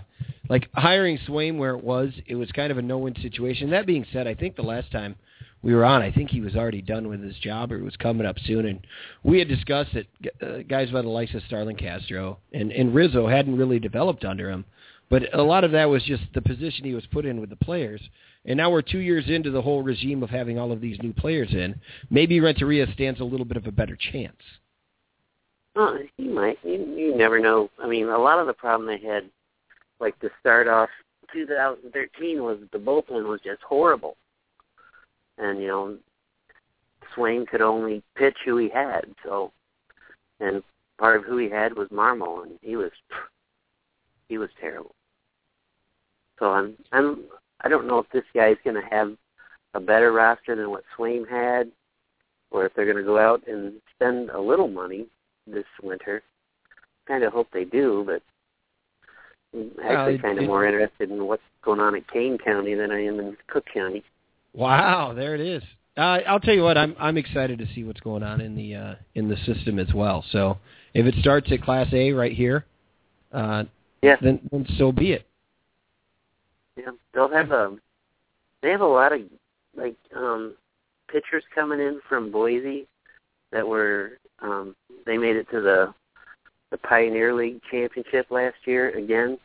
Speaker 2: like hiring Swain where it was, it was kind of a no-win situation. That being said, I think the last time we were on, I think he was already done with his job or it was coming up soon, and we had discussed that uh, guys by the likes of Starlin Castro and and Rizzo hadn't really developed under him. But a lot of that was just the position he was put in with the players. And now we're two years into the whole regime of having all of these new players in. Maybe Renteria stands a little bit of a better chance.
Speaker 9: Uh, he might. You, you never know. I mean, a lot of the problem they had, like to start off 2013, was the bullpen was just horrible, and you know, Swain could only pitch who he had. So, and part of who he had was Marmol, and he was he was terrible. So I'm I'm I don't know if this guy's going to have a better roster than what Swain had, or if they're going to go out and spend a little money this winter. Kind of hope they do, but I'm actually
Speaker 2: it-
Speaker 9: kind of
Speaker 2: it-
Speaker 9: more interested in what's going on at Kane County than I am in Cook County.
Speaker 2: Wow, there it is. Uh, I'll tell you what, I'm I'm excited to see what's going on in the uh, in the system as well. So if it starts at Class A right here, uh,
Speaker 9: Yeah.
Speaker 2: then, then so be it.
Speaker 9: Yeah, they'll have a they have a lot of like um pitchers coming in from Boise that were um they made it to the the Pioneer League championship last year again.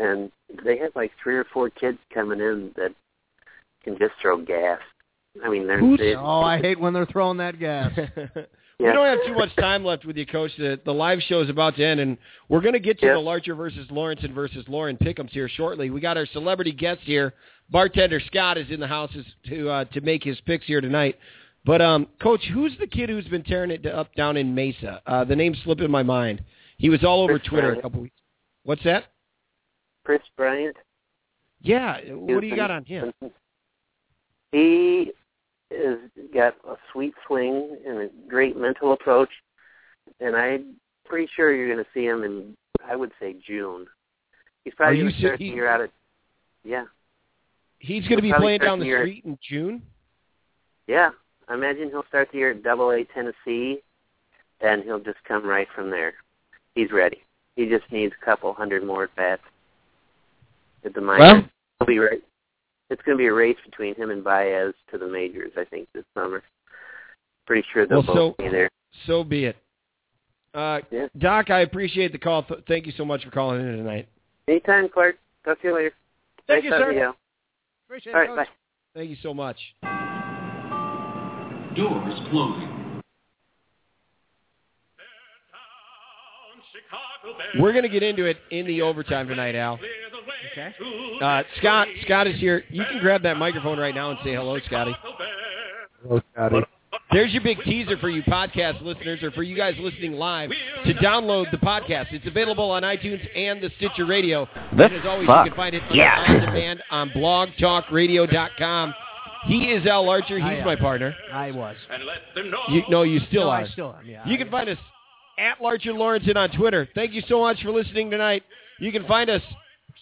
Speaker 9: And they have like three or four kids coming in that can just throw gas. I mean they're they,
Speaker 3: Oh, I hate when they're throwing that gas.
Speaker 2: We
Speaker 9: Yeah.
Speaker 2: don't have too much time left with you, Coach. The, the live show is about to end, and we're going to get to
Speaker 9: Yeah.
Speaker 2: the Larcher versus Lawrence and versus Lauren Pickums here shortly. We got our celebrity guest here. Bartender Scott is in the house is- to uh, to make his picks here tonight. But um, Coach, who's the kid who's been tearing it up down in Mesa? Uh, the name slipped in my mind. He was all over
Speaker 9: Chris
Speaker 2: Twitter a
Speaker 9: Bryant.
Speaker 2: couple weeks. What's that?
Speaker 9: Chris Bryant.
Speaker 2: Yeah, what do you
Speaker 9: Houston.
Speaker 2: got on him?
Speaker 9: He has got a sweet swing and a great mental approach, and I'm pretty sure you're going to see him in, I would say, June. He's probably
Speaker 2: Are you
Speaker 9: going to start
Speaker 2: ser-
Speaker 9: the year out at, yeah,
Speaker 2: He's going to be
Speaker 9: Probably
Speaker 2: playing down the
Speaker 9: second year.
Speaker 2: street in June.
Speaker 9: yeah. I imagine he'll start the year at Double A Tennessee, and he'll just come right from there. He's ready. He just needs a couple hundred more at bats at the minors.
Speaker 2: Well-
Speaker 9: he'll be right. It's going to be a race between him and Baez to the majors, I think, this summer. Pretty sure they'll
Speaker 2: Well, so-
Speaker 9: both be there.
Speaker 2: So be it. Uh,
Speaker 9: Yeah.
Speaker 2: Doc, I appreciate the call. Th- thank you so much for calling in tonight.
Speaker 9: Anytime, Clark. Talk to you later.
Speaker 2: Thank
Speaker 9: Nice
Speaker 2: you,
Speaker 9: talking
Speaker 2: sir.
Speaker 9: to you.
Speaker 2: Appreciate
Speaker 9: All right, bye.
Speaker 2: Thank you so much.
Speaker 6: Doors closing.
Speaker 2: We're going to get into it in the overtime tonight, Al.
Speaker 3: Okay.
Speaker 2: Uh, Scott, Scott is here. You can grab that microphone right now and say hello, Scotty.
Speaker 1: Oh, Scotty.
Speaker 2: There's your big teaser for you podcast listeners or for you guys listening live to download the podcast. It's available on iTunes and the Stitcher Radio.
Speaker 10: This
Speaker 2: and as always,
Speaker 10: sucks.
Speaker 2: you can find it
Speaker 10: Yeah.
Speaker 2: on demand on blogtalkradio.com. He is Al Larcher.
Speaker 3: I
Speaker 2: He's
Speaker 3: am.
Speaker 2: my partner.
Speaker 3: I was.
Speaker 2: You, no, you still
Speaker 3: no,
Speaker 2: are.
Speaker 3: I still am. Yeah.
Speaker 2: You can find us at Larcher Lawrenson on Twitter. Thank you so much for listening tonight. You can find us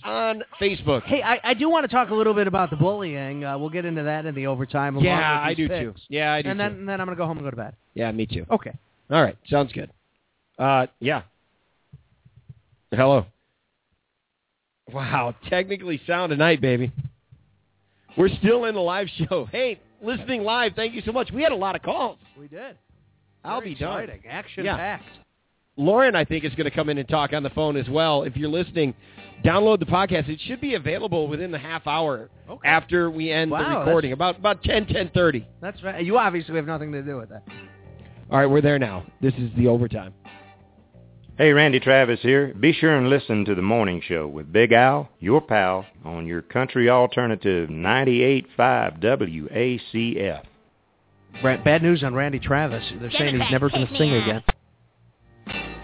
Speaker 2: on Facebook.
Speaker 3: Hey, I, I do want to talk a little bit about the bullying. Uh, we'll get into that in the overtime. along
Speaker 2: yeah, I
Speaker 3: with
Speaker 2: do
Speaker 3: these
Speaker 2: too.
Speaker 3: picks.
Speaker 2: Yeah, I do
Speaker 3: And then
Speaker 2: too.
Speaker 3: and then I'm gonna go home and go to bed.
Speaker 2: Yeah, me too.
Speaker 3: Okay.
Speaker 2: All right, sounds good. Uh, yeah. Hello. Wow, technically sound tonight, baby. We're still in the live show. Hey, listening live, thank you so much. We had a lot of calls.
Speaker 3: We did.
Speaker 2: I'll
Speaker 3: Very
Speaker 2: be done.
Speaker 3: exciting. Action
Speaker 2: Yeah.
Speaker 3: packed.
Speaker 2: Lauren, I think, is going to come in and talk on the phone as well. If you're listening, download the podcast. It should be available within the half hour
Speaker 3: Okay.
Speaker 2: after we end
Speaker 3: Wow,
Speaker 2: the
Speaker 3: that's-
Speaker 2: recording, about about 10, 10.30.
Speaker 3: That's right. You obviously have nothing to do with that.
Speaker 2: All right, we're there now. This is the overtime.
Speaker 10: Hey, Randy Travis here. Be sure and listen to the morning show with Big Al, your pal, on your country alternative 98.5 WACF.
Speaker 3: Ra- Bad news on Randy Travis. They're saying he's never going to sing again.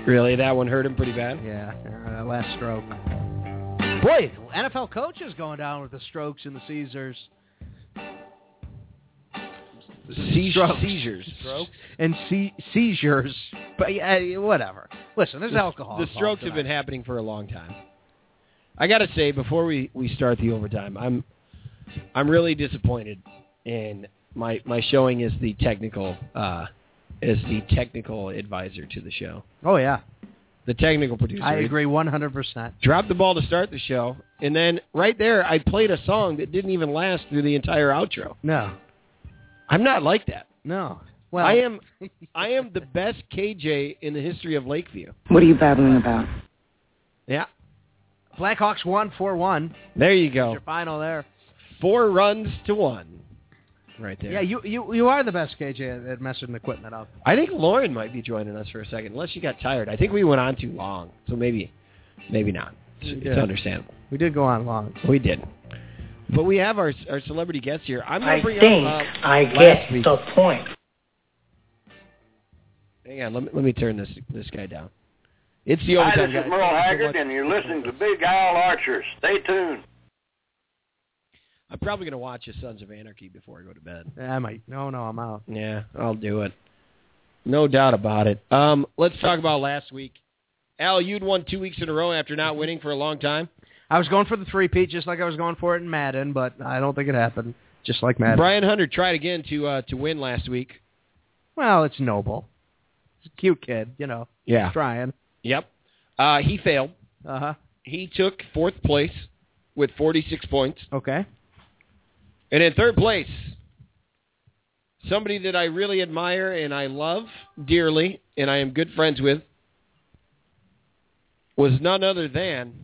Speaker 2: Really, that one hurt him pretty bad.
Speaker 3: Yeah, uh, last stroke. Boy, NFL coaches going down with the strokes and the Caesars.
Speaker 2: Seiz-
Speaker 3: Strokes.
Speaker 2: Seizures.
Speaker 3: Strokes and se- seizures. But yeah, whatever. Listen, there's
Speaker 2: The-
Speaker 3: alcohol.
Speaker 2: The
Speaker 3: involved
Speaker 2: strokes have
Speaker 3: tonight.
Speaker 2: been happening for a long time. I got to say, before we, we start the overtime, I'm I'm really disappointed in my my showing as the technical uh, as the technical advisor to the show,
Speaker 3: Oh yeah,
Speaker 2: the technical producer.
Speaker 3: I agree 100. percent
Speaker 2: Dropped the ball to start the show, and then right there, I played a song that didn't even last through the entire outro.
Speaker 3: No,
Speaker 2: I'm not like that.
Speaker 3: no. Well,
Speaker 2: I am I am the best KJ in the history of Lakeview.
Speaker 7: What are you babbling about?
Speaker 2: Yeah,
Speaker 3: Blackhawks won 4-1.
Speaker 2: there you
Speaker 3: Is
Speaker 2: go.
Speaker 3: Your final there.
Speaker 2: Four runs to one, right there.
Speaker 3: Yeah, you you you are the best KJ at messing equipment up.
Speaker 2: I think Lauren might be joining us for a second, unless she got tired. I think we went on too long, so maybe, maybe not. It's, it's
Speaker 3: Yeah.
Speaker 2: understandable.
Speaker 3: We did go on long.
Speaker 2: We did, but we have our our celebrity guest here. I'm gonna bring up. Uh, last week.
Speaker 7: point.
Speaker 2: Hang on, let me let me turn this this guy down. It's the overtime guy. Thank you so much.
Speaker 5: Big Al Archer. Stay tuned.
Speaker 2: I'm probably gonna watch his Sons of Anarchy before I go to bed.
Speaker 3: I might. No, no, I'm out.
Speaker 2: Yeah, I'll do it. No doubt about it. Um, let's talk about last week. Al, you'd won two weeks in a row after not winning for a long time.
Speaker 3: I was going for the three peat just like I was going for it in Madden, but I don't think it happened. just like Madden.
Speaker 2: Brian Hunter tried again to uh, to win last week.
Speaker 3: Well, it's noble. He's a cute kid, you know.
Speaker 2: Yeah.
Speaker 3: He's trying.
Speaker 2: Yep. Uh, he failed.
Speaker 3: Uh huh.
Speaker 2: He took fourth place with 46 points.
Speaker 3: Okay.
Speaker 2: And in third place, somebody that I really admire and I love dearly and I am good friends with was none other than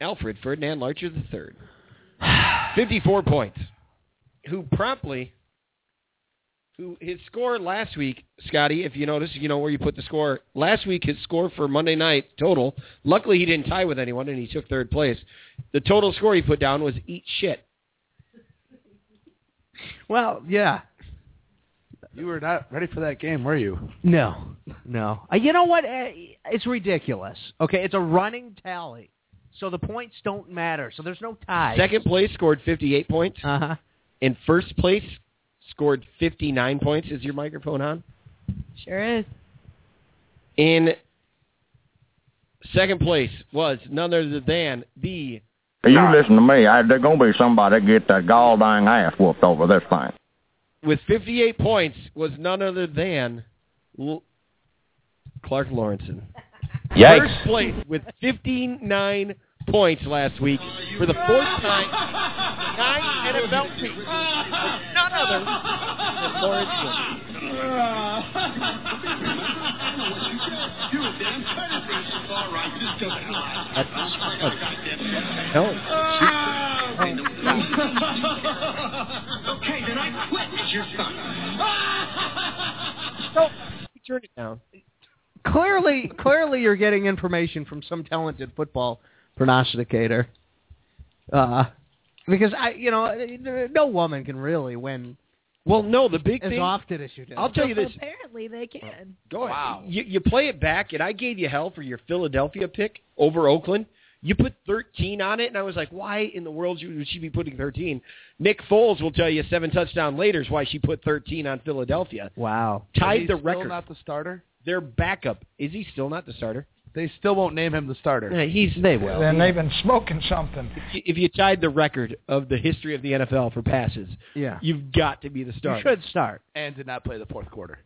Speaker 2: Alfred Ferdinand Larcher III. 54 points. Who promptly who his score last week, Scotty, if you notice, you know where you put the score. Last week his score for Monday night total, luckily he didn't tie with anyone and he took third place. The total score he put down was eat shit.
Speaker 3: Well, yeah.
Speaker 11: You were not ready for that game, were you?
Speaker 3: No, no. Uh, you know what? Uh, It's ridiculous. Okay, it's a running tally, so the points don't matter. So there's no tie.
Speaker 2: Second place scored 58 points.
Speaker 3: Uh-huh.
Speaker 2: And first place scored 59 points. Is your microphone on?
Speaker 12: Sure is.
Speaker 2: In second place was none other than the
Speaker 13: You listen to me. I, there's going to be somebody that get that gall dang ass whooped over this thing.
Speaker 2: with 58 points was none other than L- Clark Lawrenson.
Speaker 13: Yikes.
Speaker 2: First place with 59 points last week for the fourth time. Nine NFL teams. with None other than Lawrence
Speaker 14: Okay, then I quit as your son.
Speaker 2: Turn it down.
Speaker 3: Clearly, clearly, you're getting information from some talented football pronosticator. Uh, because I, you know, no woman can really win.
Speaker 2: Well, no, the big
Speaker 3: as
Speaker 2: thing-
Speaker 3: often as you do.
Speaker 2: I'll tell you this.
Speaker 12: Apparently they can.
Speaker 2: Go ahead. You, you play it back, and I gave you hell for your Philadelphia pick over Oakland. You put 13 on it, and I was like, why in the world you- would she be putting 13? Nick Foles will tell you seven touchdown later is why she put 13 on Philadelphia.
Speaker 3: Wow.
Speaker 2: Tied
Speaker 11: He's
Speaker 2: the
Speaker 11: still
Speaker 2: record.
Speaker 11: not the starter?
Speaker 2: Their backup. Is he still not the starter?
Speaker 11: They still won't name him the starter.
Speaker 2: Yeah, he's they will.
Speaker 15: Then they've been smoking something.
Speaker 2: If you tied the record of the history of the NFL for passes,
Speaker 3: Yeah.
Speaker 2: you've got to be the starter.
Speaker 3: should start.
Speaker 11: And did not play the fourth quarter.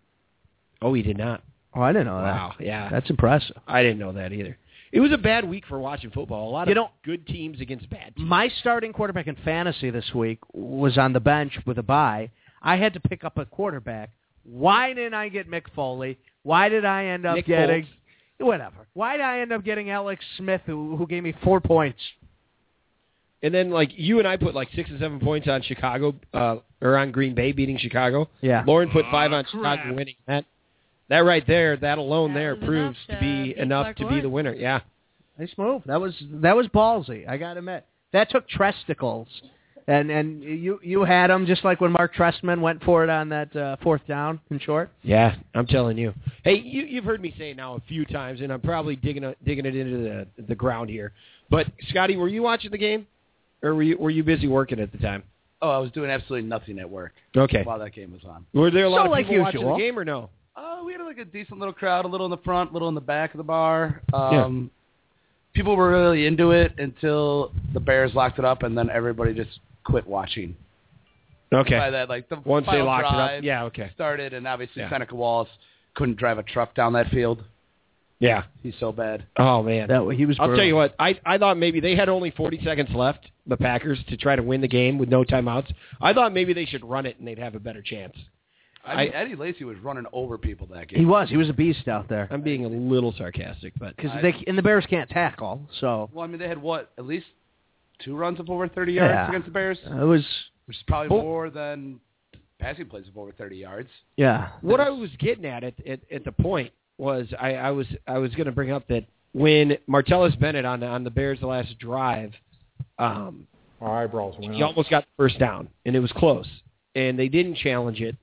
Speaker 2: Oh, he did not.
Speaker 3: Oh, I didn't know that.
Speaker 2: Wow, yeah.
Speaker 3: That's impressive.
Speaker 2: I didn't know that either. It was a bad week for watching football. A lot
Speaker 3: You
Speaker 2: of
Speaker 3: know-
Speaker 2: good teams against bad teams.
Speaker 3: My starting quarterback in fantasy this week was on the bench with a bye. I had to pick up a quarterback. Why didn't I get Mick Foley? Why did I end up
Speaker 2: Nick
Speaker 3: getting
Speaker 2: Foles.
Speaker 3: whatever? Why did I end up getting Alex Smith, who who gave me four points?
Speaker 2: And then like you and I put like six and seven points on Chicago uh, or on Green Bay beating Chicago.
Speaker 3: Yeah.
Speaker 2: Lauren put five
Speaker 3: Ah,
Speaker 2: on Chicago
Speaker 3: crap.
Speaker 2: winning that. That right there, that alone there
Speaker 3: was
Speaker 2: proves
Speaker 3: enough
Speaker 2: to be enough
Speaker 3: Clark
Speaker 2: to be the winner. Yeah.
Speaker 3: Nice move. That was that was ballsy. I got him at that took Tresticles, and and you you had him just like when Mark Trestman went for it on that uh, fourth down in short.
Speaker 2: Yeah, I'm telling you. Hey, you, you've heard me say it now a few times, and I'm probably digging a, digging it into the the ground here. But Scotty, were you watching the game, or were you were you busy working at the time?
Speaker 11: Oh, I was doing absolutely nothing at work.
Speaker 2: Okay.
Speaker 11: While that game was on.
Speaker 2: Were there a lot
Speaker 11: So
Speaker 2: of
Speaker 11: like
Speaker 2: people watching
Speaker 11: usual.
Speaker 2: the game or no?
Speaker 11: Uh, we had like a decent little crowd, a little in the front, a little in the back of the bar. Um, People were really into it until the Bears locked it up, and then everybody just quit watching.
Speaker 2: Okay.
Speaker 11: By that, like the
Speaker 2: Once they
Speaker 11: final
Speaker 2: locked it up.
Speaker 11: drive
Speaker 2: Yeah. Okay.
Speaker 11: started, and obviously
Speaker 2: Yeah.
Speaker 11: Seneca Wallace couldn't drive a truck down that field.
Speaker 2: Yeah.
Speaker 11: He's so bad.
Speaker 2: Oh man,
Speaker 3: That- he was
Speaker 2: I'll
Speaker 3: brutal.
Speaker 2: tell you what. I I thought maybe they had only 40 seconds left, the Packers, to try to win the game with no timeouts. I thought maybe they should run it and they'd have a better chance.
Speaker 11: I mean, Eddie Lacy was running over people that game.
Speaker 3: He was he was a beast out there
Speaker 2: I'm being a little sarcastic, but
Speaker 3: because they and the Bears can't tackle, so
Speaker 11: Well, I mean, they had what at least two runs of over 30
Speaker 3: Yeah.
Speaker 11: yards against the Bears,
Speaker 2: Uh,
Speaker 3: it was
Speaker 11: which is probably
Speaker 2: Well-
Speaker 11: more than passing plays of over 30 yards.
Speaker 3: yeah.
Speaker 2: what I was getting at at, at, at the point was I, I was I was going to bring up that when Martellus Bennett on on the Bears' last drive, um,
Speaker 16: Our eyebrows went
Speaker 2: he
Speaker 16: up.
Speaker 2: almost got the first down, and it was close, and they didn't challenge it.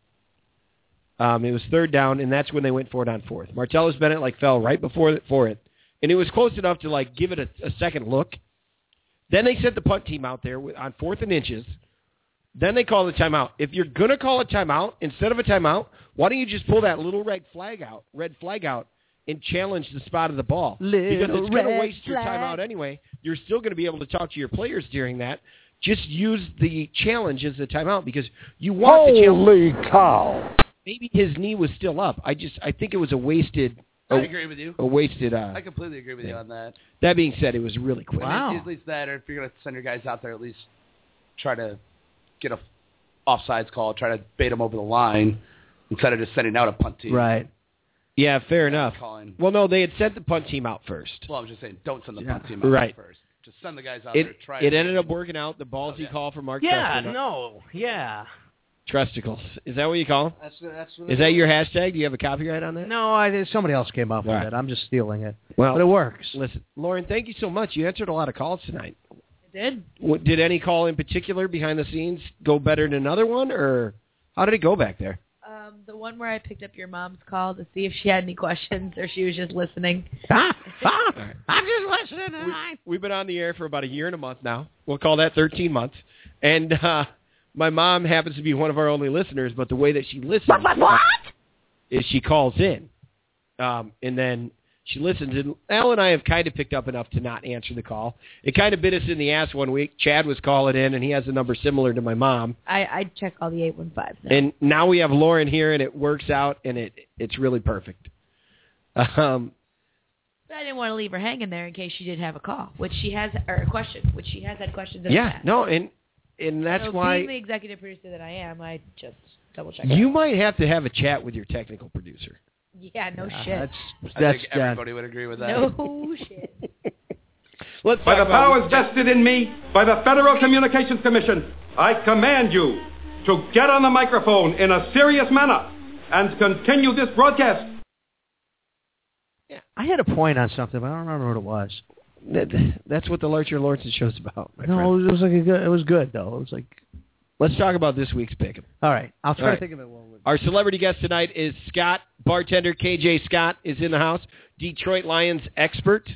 Speaker 2: Um, it was third down, and that's when they went for it on fourth. Martellus Bennett like fell right before it, for it, and it was close enough to like give it a, a second look. Then they sent the punt team out there with, on fourth and inches. Then they call the timeout. If you're gonna call a timeout instead of a timeout, why don't you just pull that little red flag out, red flag out, and challenge the spot of the ball? because
Speaker 3: Little
Speaker 2: it's gonna
Speaker 3: red
Speaker 2: waste your
Speaker 3: flag.
Speaker 2: timeout anyway. You're still gonna be able to talk to your players during that. Just use the challenge as a timeout because you want the challenge.
Speaker 17: Holy cow!
Speaker 2: Maybe his knee was still up. I just I think it was a wasted.
Speaker 15: I
Speaker 2: a-
Speaker 15: agree with you.
Speaker 2: A wasted. Uh,
Speaker 15: I completely agree with you on that.
Speaker 2: that being said, it was really quick.
Speaker 15: I mean, at least that, or if you're going to send your guys out there, at least try to get a offsides call, try to bait them over the line instead of just sending out a punt team.
Speaker 3: Right.
Speaker 2: Yeah, fair enough.
Speaker 15: Calling.
Speaker 2: Well, no, they had sent the punt team out first.
Speaker 15: Well, I'm just saying, don't send the punt team out
Speaker 2: Right.
Speaker 15: first. Just send the guys out there.
Speaker 2: It,
Speaker 15: Try
Speaker 2: it ended up working out. The ballsy call from Mark.
Speaker 3: Yeah,
Speaker 2: Tresticle.
Speaker 3: no, yeah.
Speaker 2: Trusticles. Is that what you call? 'em?
Speaker 15: That's, that's
Speaker 2: Is that your hashtag? Do you have a copyright on that?
Speaker 3: No, I, somebody else came up with it. I'm just stealing it.
Speaker 2: Well,
Speaker 3: but it works.
Speaker 2: Listen, Lauren, thank you so much. You answered a lot of calls tonight.
Speaker 11: I did.
Speaker 2: What, did any call in particular behind the scenes go better than another one, or how did it go back there?
Speaker 11: Um, the one where I picked up your mom's call to see if she had any questions or she was just listening.
Speaker 3: I'm just listening.
Speaker 2: We've been on the air for about a year and a month now. We'll call that 13 months. And uh, my mom happens to be one of our only listeners, but the way that she listens is she calls in. Um, and then she listens. And Al and I have kind of picked up enough to not answer the call. It kind of bit us in the ass one week. Chad was calling in, and he has a number similar to my mom.
Speaker 11: I I check all the 815s now.
Speaker 2: And now we have Lauren here, and it works out, and it it's really perfect. Um,
Speaker 11: but I didn't want to leave her hanging there in case she did have a call, which she has or a question, which she has had questions in the
Speaker 2: yeah,
Speaker 11: past.
Speaker 2: no, and and that's
Speaker 11: so
Speaker 2: why
Speaker 11: being the executive producer that I am, I just double check.
Speaker 2: you might have to have a chat with your technical producer.
Speaker 11: Yeah, no
Speaker 15: Ah,
Speaker 2: Yeah,
Speaker 11: shit.
Speaker 2: that's-
Speaker 15: I
Speaker 2: that's-
Speaker 15: think everybody would agree with that.
Speaker 11: No shit.
Speaker 2: Let's
Speaker 18: By the
Speaker 2: talk about-
Speaker 18: powers vested in me by the Federal Communications Commission, I command you to get on the microphone in a serious manner and continue this broadcast.
Speaker 3: I had a point on something, but I don't remember what it was.
Speaker 2: That, that's what the Larcher Lawrence show's about. My
Speaker 3: no,
Speaker 2: friend.
Speaker 3: it was like a good. It was good though. It was like
Speaker 2: Let's talk about this week's pick.
Speaker 3: all right. I'll try
Speaker 2: All
Speaker 3: to
Speaker 2: right.
Speaker 3: think of it. While
Speaker 2: Our celebrity guest tonight is Scott, bartender KJ Scott is in the house. Detroit Lions expert.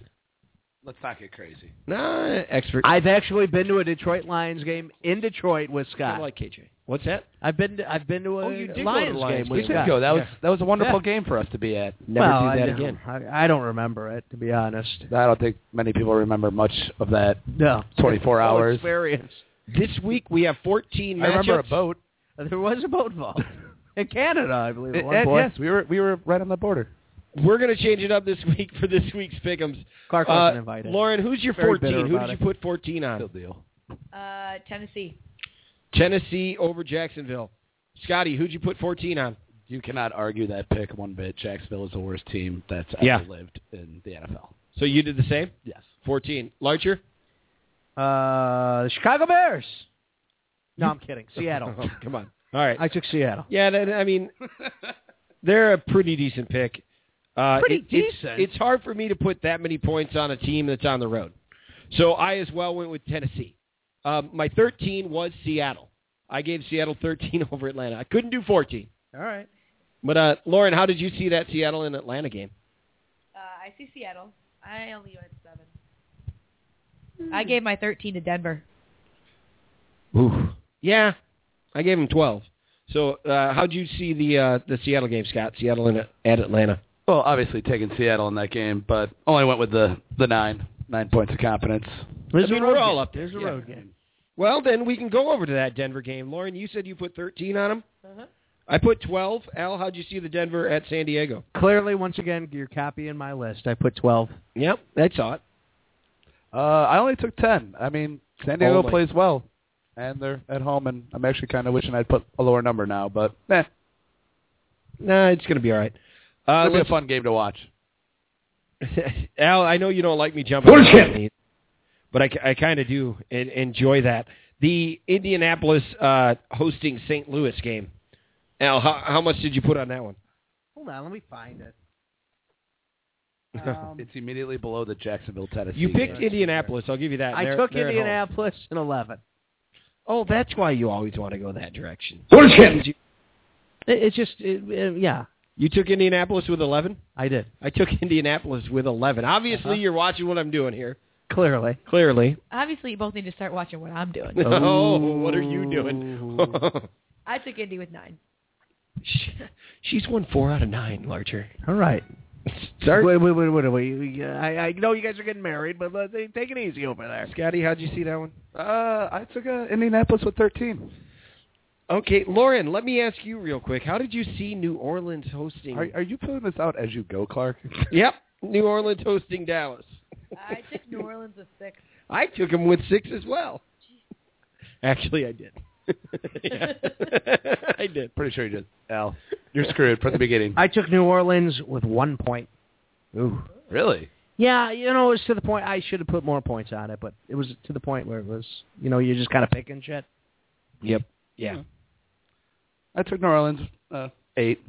Speaker 15: Let's not get crazy.
Speaker 2: Nah, expert.
Speaker 3: I've actually been to a Detroit Lions game in Detroit with Scott.
Speaker 2: Kinda like KJ. What's that?
Speaker 3: I've been to, I've been to a
Speaker 2: Oh, you did go to
Speaker 3: Lions,
Speaker 2: the Lions
Speaker 3: game
Speaker 2: game.
Speaker 3: with
Speaker 2: You did
Speaker 3: Scott.
Speaker 2: go.
Speaker 15: That was that was a wonderful
Speaker 3: Yeah.
Speaker 15: game for us to be at.
Speaker 2: Never
Speaker 3: well,
Speaker 2: do that
Speaker 3: I,
Speaker 2: again.
Speaker 3: I, I don't remember it to be honest.
Speaker 15: I don't think many people remember much of that.
Speaker 3: No,
Speaker 15: 24
Speaker 3: Whole
Speaker 15: hours.
Speaker 3: experience.
Speaker 2: This week we have 14
Speaker 15: I remember a
Speaker 2: matchups.
Speaker 15: boat.
Speaker 3: There was a boat involved in Canada, I believe.
Speaker 5: Eh,
Speaker 3: At
Speaker 15: It-
Speaker 3: one
Speaker 15: and
Speaker 3: point.
Speaker 15: yes, we were we were right on the border.
Speaker 2: We're going to change it up this week for this week's pick'ems.
Speaker 3: Clark
Speaker 2: Uh,
Speaker 3: wasn't invited.
Speaker 2: Lauren, who's your
Speaker 3: Very
Speaker 2: 14?
Speaker 3: bitter
Speaker 2: Who
Speaker 3: about
Speaker 2: did
Speaker 3: it.
Speaker 2: you put 14 on?
Speaker 15: deal.
Speaker 11: Uh, Tennessee.
Speaker 2: Tennessee over Jacksonville. Scotty, who'd you put 14 on?
Speaker 15: You cannot argue that pick one bit. Jacksonville is the worst team that's ever
Speaker 2: Yeah.
Speaker 15: lived in the NFL.
Speaker 2: So you did the same?
Speaker 15: Yes.
Speaker 2: 14. Larcher?
Speaker 3: Uh, the Chicago Bears. No, I'm kidding. Seattle.
Speaker 2: Oh, come on. All right.
Speaker 3: I took Seattle.
Speaker 2: Yeah, that, I mean, they're a pretty decent pick. Uh,
Speaker 3: Pretty
Speaker 2: it- it's-
Speaker 3: decent?
Speaker 2: It's, hard for me to put that many points on a team that's on the road. So I as well went with Tennessee. Um, my 13 was Seattle. I gave Seattle 13 over Atlanta. I couldn't do 14.
Speaker 3: All right.
Speaker 2: But uh, Lauren, how did you see that Seattle and Atlanta game?
Speaker 11: Uh, I see Seattle. I only went seven. I gave my 13 to Denver.
Speaker 2: Ooh. Yeah, I gave them 12. So uh, how did you see the uh, the Seattle game, Scott? Seattle and uh, at Atlanta.
Speaker 15: Well, obviously taking Seattle in that game, but only went with the the nine nine points of competence.
Speaker 2: I mean, we're all up there.
Speaker 3: There's a
Speaker 2: yeah.
Speaker 3: road game.
Speaker 2: Well, then we can go over to that Denver game. Lauren, you said you put 13 on them. I put 12. Al, how'd you see the Denver at San Diego?
Speaker 3: Clearly, once again, you're copying my list. I put 12.
Speaker 2: Yep, I saw it.
Speaker 15: Uh, I only took ten. I mean, San Diego
Speaker 2: Only.
Speaker 15: plays well, and they're at home, and I'm actually kind of wishing I'd put a lower number now, but eh,
Speaker 2: Nah, it's going to be all right. Uh,
Speaker 15: it'll be a fun game to watch.
Speaker 2: let's- Al, I know you don't like me jumping on these, but I, kind of do en- enjoy that. The Indianapolis uh, hosting St. Louis game. Al, how, how much did you put on that one?
Speaker 3: Hold on, let me find it. Uh,
Speaker 15: It's immediately below the Jacksonville Tennessee.
Speaker 2: you picked
Speaker 15: game.
Speaker 2: Indianapolis. I'll give you that.
Speaker 3: I
Speaker 2: They're-
Speaker 3: took
Speaker 2: they're at home.
Speaker 3: Indianapolis in 11.
Speaker 2: Oh, that's why you always want to go that direction.
Speaker 3: Bullshit. It, it just, it, uh, yeah,
Speaker 2: You took Indianapolis with 11?
Speaker 3: I did.
Speaker 2: I took Indianapolis with 11. Obviously, you're watching what I'm doing here.
Speaker 3: Clearly.
Speaker 2: Clearly.
Speaker 11: Obviously, you both need to start watching what I'm doing.
Speaker 2: Oh, what are you doing?
Speaker 11: I took Indy with nine.
Speaker 2: She- She's won four out of nine, Larcher.
Speaker 3: All right.
Speaker 2: Start.
Speaker 3: Wait, wait, wait, wait, wait. I, I know you guys are getting married, but let, take it easy over there.
Speaker 2: Scotty, how'd you see that one?
Speaker 5: Uh, I took uh, Indianapolis with 13.
Speaker 2: Okay, Lauren, let me ask you real quick. How did you see New Orleans hosting?
Speaker 5: Are, are you pulling this out as you go, Clark?
Speaker 2: Yep, New Orleans hosting Dallas.
Speaker 11: I took New Orleans with six.
Speaker 2: I took him with six as well. Actually, I did. Yeah. I did.
Speaker 5: Pretty sure you did. Al, you're screwed from the beginning.
Speaker 3: I took New Orleans with one point.
Speaker 5: Ooh, really?
Speaker 3: Yeah, you know, it was to the point I should have put more points on it, but it was to the point where it was, you know, you're just kind of picking shit.
Speaker 2: Yep. Yeah.
Speaker 5: I took New Orleans uh, eight.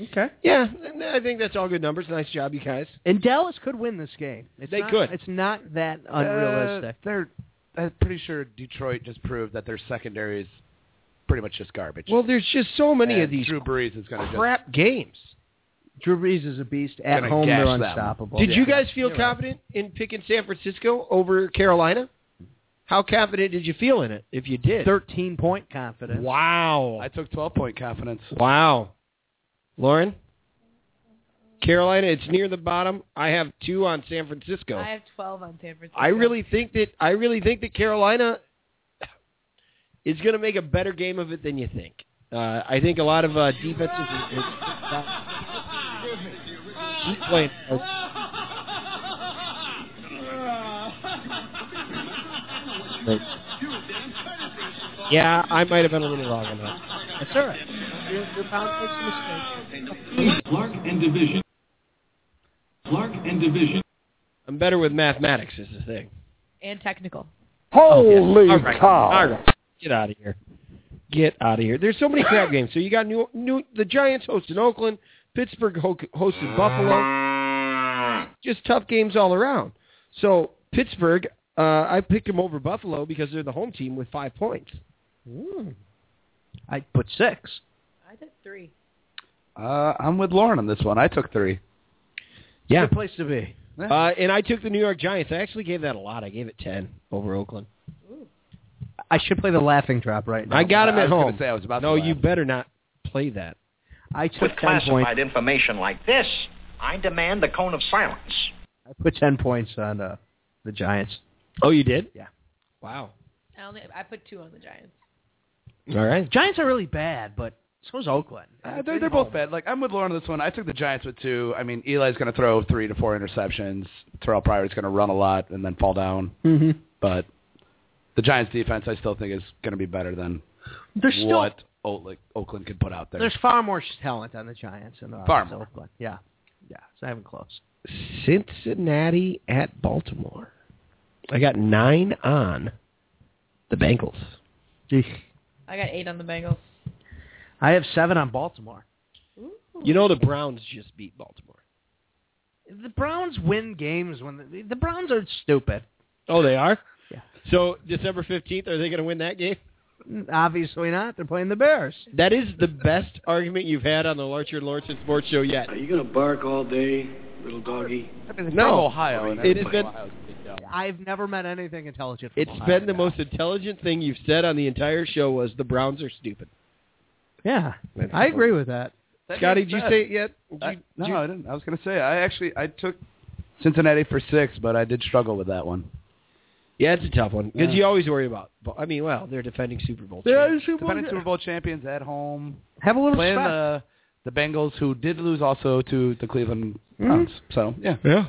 Speaker 3: Okay.
Speaker 2: Yeah, and I think that's all good numbers. Nice job, you guys.
Speaker 3: And Dallas could win this game. It's
Speaker 2: They
Speaker 3: not,
Speaker 2: could.
Speaker 3: It's not that unrealistic.
Speaker 5: Uh, they're. I'm pretty sure Detroit just proved that their secondary is pretty much just garbage.
Speaker 2: Well, there's just so many
Speaker 5: And
Speaker 2: of these
Speaker 5: Drew Brees is going to
Speaker 2: crap games.
Speaker 3: Drew Brees is a beast. At
Speaker 5: Gonna
Speaker 3: home, they're
Speaker 5: gash them.
Speaker 3: unstoppable.
Speaker 2: Did you
Speaker 3: Yeah.
Speaker 2: guys feel confident in picking San Francisco over Carolina? How confident did you feel in it? If you did,
Speaker 3: 13 point confidence.
Speaker 2: Wow.
Speaker 5: I took 12 point confidence.
Speaker 2: Wow. Lauren? Carolina, it's near the bottom. I have two on San
Speaker 15: Oh.
Speaker 2: Francisco.
Speaker 11: I have 12 on San Francisco.
Speaker 2: I really think that I really think that Carolina is going to make a better game of it than you think. Uh, I think a lot of uh, defenses is, is keep playing. Yeah, I might have been a little wrong on that.
Speaker 3: That's all right. You're, you're bound to make some mistakes.
Speaker 19: Clark and division. Clark and division.
Speaker 2: I'm better with mathematics is the thing.
Speaker 11: And technical.
Speaker 2: Holy All right. All right. Get out of here. Get out of here. There's so many crap games. So you got new, new the Giants hosting Oakland, Pittsburgh ho- hosted Buffalo. Just tough games all around. So Pittsburgh, uh, I picked them over Buffalo because they're the home team with five points.
Speaker 3: I put six.
Speaker 11: I took three.
Speaker 5: Uh, I'm with Lauren on this one. I took three.
Speaker 2: Yeah.
Speaker 3: Good place to be.
Speaker 2: Uh, and I took the New York Giants. I actually gave that a lot. I gave it ten over Oakland.
Speaker 3: I should play the laughing drop right now.
Speaker 2: I got him
Speaker 5: I
Speaker 2: at
Speaker 5: was gonna
Speaker 2: home.
Speaker 5: say I was about
Speaker 2: no,
Speaker 5: to laugh.
Speaker 2: you better not play that.
Speaker 3: I took 10 points.
Speaker 13: information like this, I demand the cone of silence.
Speaker 3: I put 10 points on uh, the Giants.
Speaker 2: Oh, you did?
Speaker 3: Yeah.
Speaker 2: Wow.
Speaker 11: I only I put two on the Giants.
Speaker 2: All right.
Speaker 3: Giants are really bad, but so's Oakland.
Speaker 5: Uh, they're, they're both bad. Like I'm with Lauren on this one. I took the Giants with two. I mean, Eli's going to throw three to four interceptions. Terrell Pryor's going to run a lot and then fall down.
Speaker 3: Mm-hmm.
Speaker 5: But the Giants' defense, I still think, is going to be better than
Speaker 3: They're still-
Speaker 5: what Oakland, Oakland could put out there.
Speaker 3: There's far more talent on the Giants than there
Speaker 5: Far
Speaker 3: is
Speaker 5: more.
Speaker 3: Oakland. Yeah. Yeah. It's not even close.
Speaker 2: Cincinnati at Baltimore. I got nine on the Bengals.
Speaker 11: I got eight on the Bengals.
Speaker 3: I have seven on Baltimore.
Speaker 2: You know the Browns just beat Baltimore.
Speaker 3: The Browns win games when the, the Browns are stupid.
Speaker 2: Oh, they are.
Speaker 3: Yeah.
Speaker 2: So December fifteenth, are they going to win that game?
Speaker 3: Obviously not. They're playing the Bears.
Speaker 2: That is the best argument you've had on the Larcher Lawrence Sports Show yet.
Speaker 20: Are you going to bark all day, little doggy?
Speaker 5: I mean, it's
Speaker 2: No.
Speaker 5: from Ohio. And
Speaker 2: It has
Speaker 5: everybody
Speaker 2: been-
Speaker 5: in Ohio's a big deal.
Speaker 3: I've never met anything intelligent. From
Speaker 2: It's
Speaker 3: Ohio.
Speaker 2: been the most intelligent thing you've said on the entire show. Was the Browns are stupid?
Speaker 3: Yeah, I agree with that. Uh,
Speaker 5: That
Speaker 2: Scotty,
Speaker 5: being
Speaker 2: did you
Speaker 5: said,
Speaker 2: say it yet?
Speaker 5: I,
Speaker 2: Did
Speaker 5: no,
Speaker 2: you-
Speaker 5: I didn't. I was going to say I actually I took Cincinnati for six, but I did struggle with that one.
Speaker 2: Yeah, it's a tough one because
Speaker 5: Yeah.
Speaker 2: you always worry about. I mean, well, they're defending Super Bowl. champs.
Speaker 5: Defending Super Bowl champions at home,
Speaker 3: Have a little
Speaker 5: playing
Speaker 3: respect.
Speaker 5: the the Bengals, who did lose also to the Cleveland
Speaker 2: Mhm.
Speaker 5: Browns. So yeah,
Speaker 2: Yeah.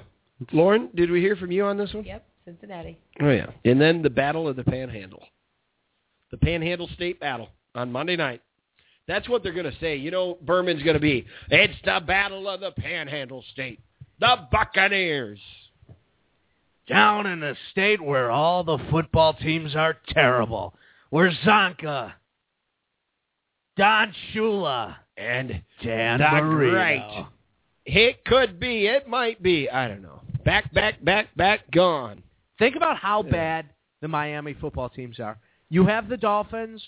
Speaker 2: Lauren, did we hear from you on this one?
Speaker 11: Yep, Cincinnati.
Speaker 2: Oh yeah. And then the Battle of the Panhandle. The Panhandle State Battle on Monday night. That's what they're going to say. You know, Berman's going to be, it's the Battle of the Panhandle State. The Buccaneers.
Speaker 3: Down in a state where all the football teams are terrible, where Zonka, Don Shula,
Speaker 2: And
Speaker 3: Dan
Speaker 2: Doc
Speaker 3: Marino.
Speaker 2: Wright. It could be. It might be. I don't know. Back, back, back, back, gone.
Speaker 3: Think about how
Speaker 2: Yeah.
Speaker 3: bad the Miami football teams are. You have the Dolphins,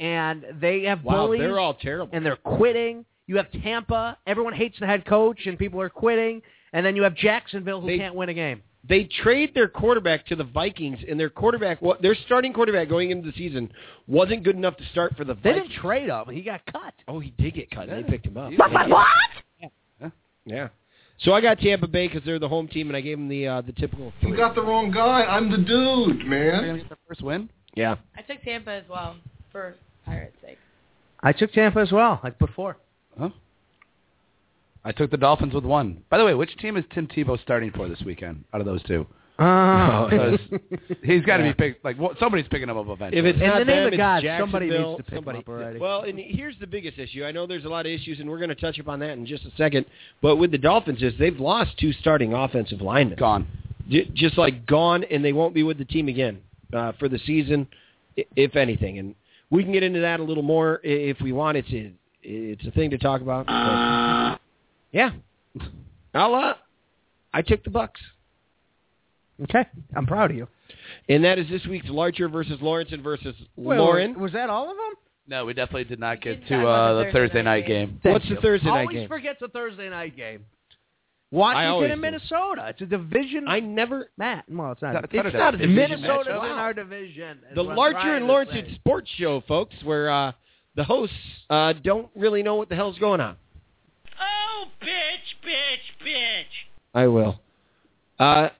Speaker 3: and they have
Speaker 2: Wow,
Speaker 3: bullies,
Speaker 2: they're all terrible.
Speaker 3: and they're quitting. You have Tampa. Everyone hates the head coach, and people are quitting. And then you have Jacksonville, who
Speaker 2: They-
Speaker 3: can't win a game.
Speaker 2: they trade their quarterback to the Vikings, and their quarterback, what their starting quarterback going into the season, wasn't good enough to start for the
Speaker 3: They
Speaker 2: Vikings.
Speaker 3: didn't trade him. He got cut.
Speaker 2: Oh, he did get cut. and They picked him up.
Speaker 5: What, what, what?
Speaker 2: Yeah. So I got Tampa Bay because they're the home team, and I gave them the uh, the typical.
Speaker 21: You got the wrong guy. I'm the dude,
Speaker 5: They're gonna
Speaker 21: man.
Speaker 5: get their first win.
Speaker 2: Yeah.
Speaker 11: I took Tampa as well for Pirates' sake.
Speaker 3: I took Tampa as well. I put four.
Speaker 5: Huh? I took the Dolphins with one. By the way, which team is Tim Tebow starting for this weekend out of those two?
Speaker 3: Ah.
Speaker 5: No, 'cause he's got to
Speaker 3: Yeah.
Speaker 5: be picked. Like well, somebody's picking him up eventually.
Speaker 2: If it's
Speaker 3: In
Speaker 2: not
Speaker 3: the name
Speaker 2: them,
Speaker 3: of
Speaker 2: it's
Speaker 3: God, somebody needs
Speaker 2: Jacksonville,
Speaker 3: to pick 'em
Speaker 2: somebody.
Speaker 3: up already.
Speaker 2: Well, and here's the biggest issue. I know there's a lot of issues, and we're going to touch upon that in just a second. But with the Dolphins, is they've lost two starting offensive linemen.
Speaker 5: Gone.
Speaker 2: J- just like gone, and they won't be with the team again uh, for the season, i- if anything. And we can get into that a little more i- if we want. It's a, it's a thing to talk about. But- yeah, I'll. Uh, I took the Bucks.
Speaker 3: Okay. I'm proud of you.
Speaker 2: And that is this week's Larcher versus Lawrence and versus
Speaker 3: Wait,
Speaker 2: Lauren.
Speaker 3: wait, was that all of them?
Speaker 5: no, we definitely did not get
Speaker 3: talk
Speaker 5: to
Speaker 3: about
Speaker 5: uh,
Speaker 3: the
Speaker 5: the
Speaker 3: Thursday
Speaker 5: Thursday,
Speaker 3: night
Speaker 5: night
Speaker 3: game.
Speaker 5: game.
Speaker 2: What's the Thursday night
Speaker 3: always
Speaker 2: game?
Speaker 3: forgets the Thursday night game.
Speaker 2: I
Speaker 3: Washington
Speaker 2: always
Speaker 3: and
Speaker 2: do.
Speaker 3: Minnesota. It's a division.
Speaker 2: I never.
Speaker 3: Matt. Well, it's not.
Speaker 5: It's not a division
Speaker 3: Minnesota's
Speaker 5: matchup.
Speaker 3: in our division. is
Speaker 2: the
Speaker 3: what I'm
Speaker 2: Larcher
Speaker 3: trying to
Speaker 2: and Lawrence
Speaker 3: say.
Speaker 2: Sports Show, folks, where uh, the hosts uh, don't really know what the hell's going on.
Speaker 22: Oh, bitch, bitch, bitch.
Speaker 2: I will. Uh,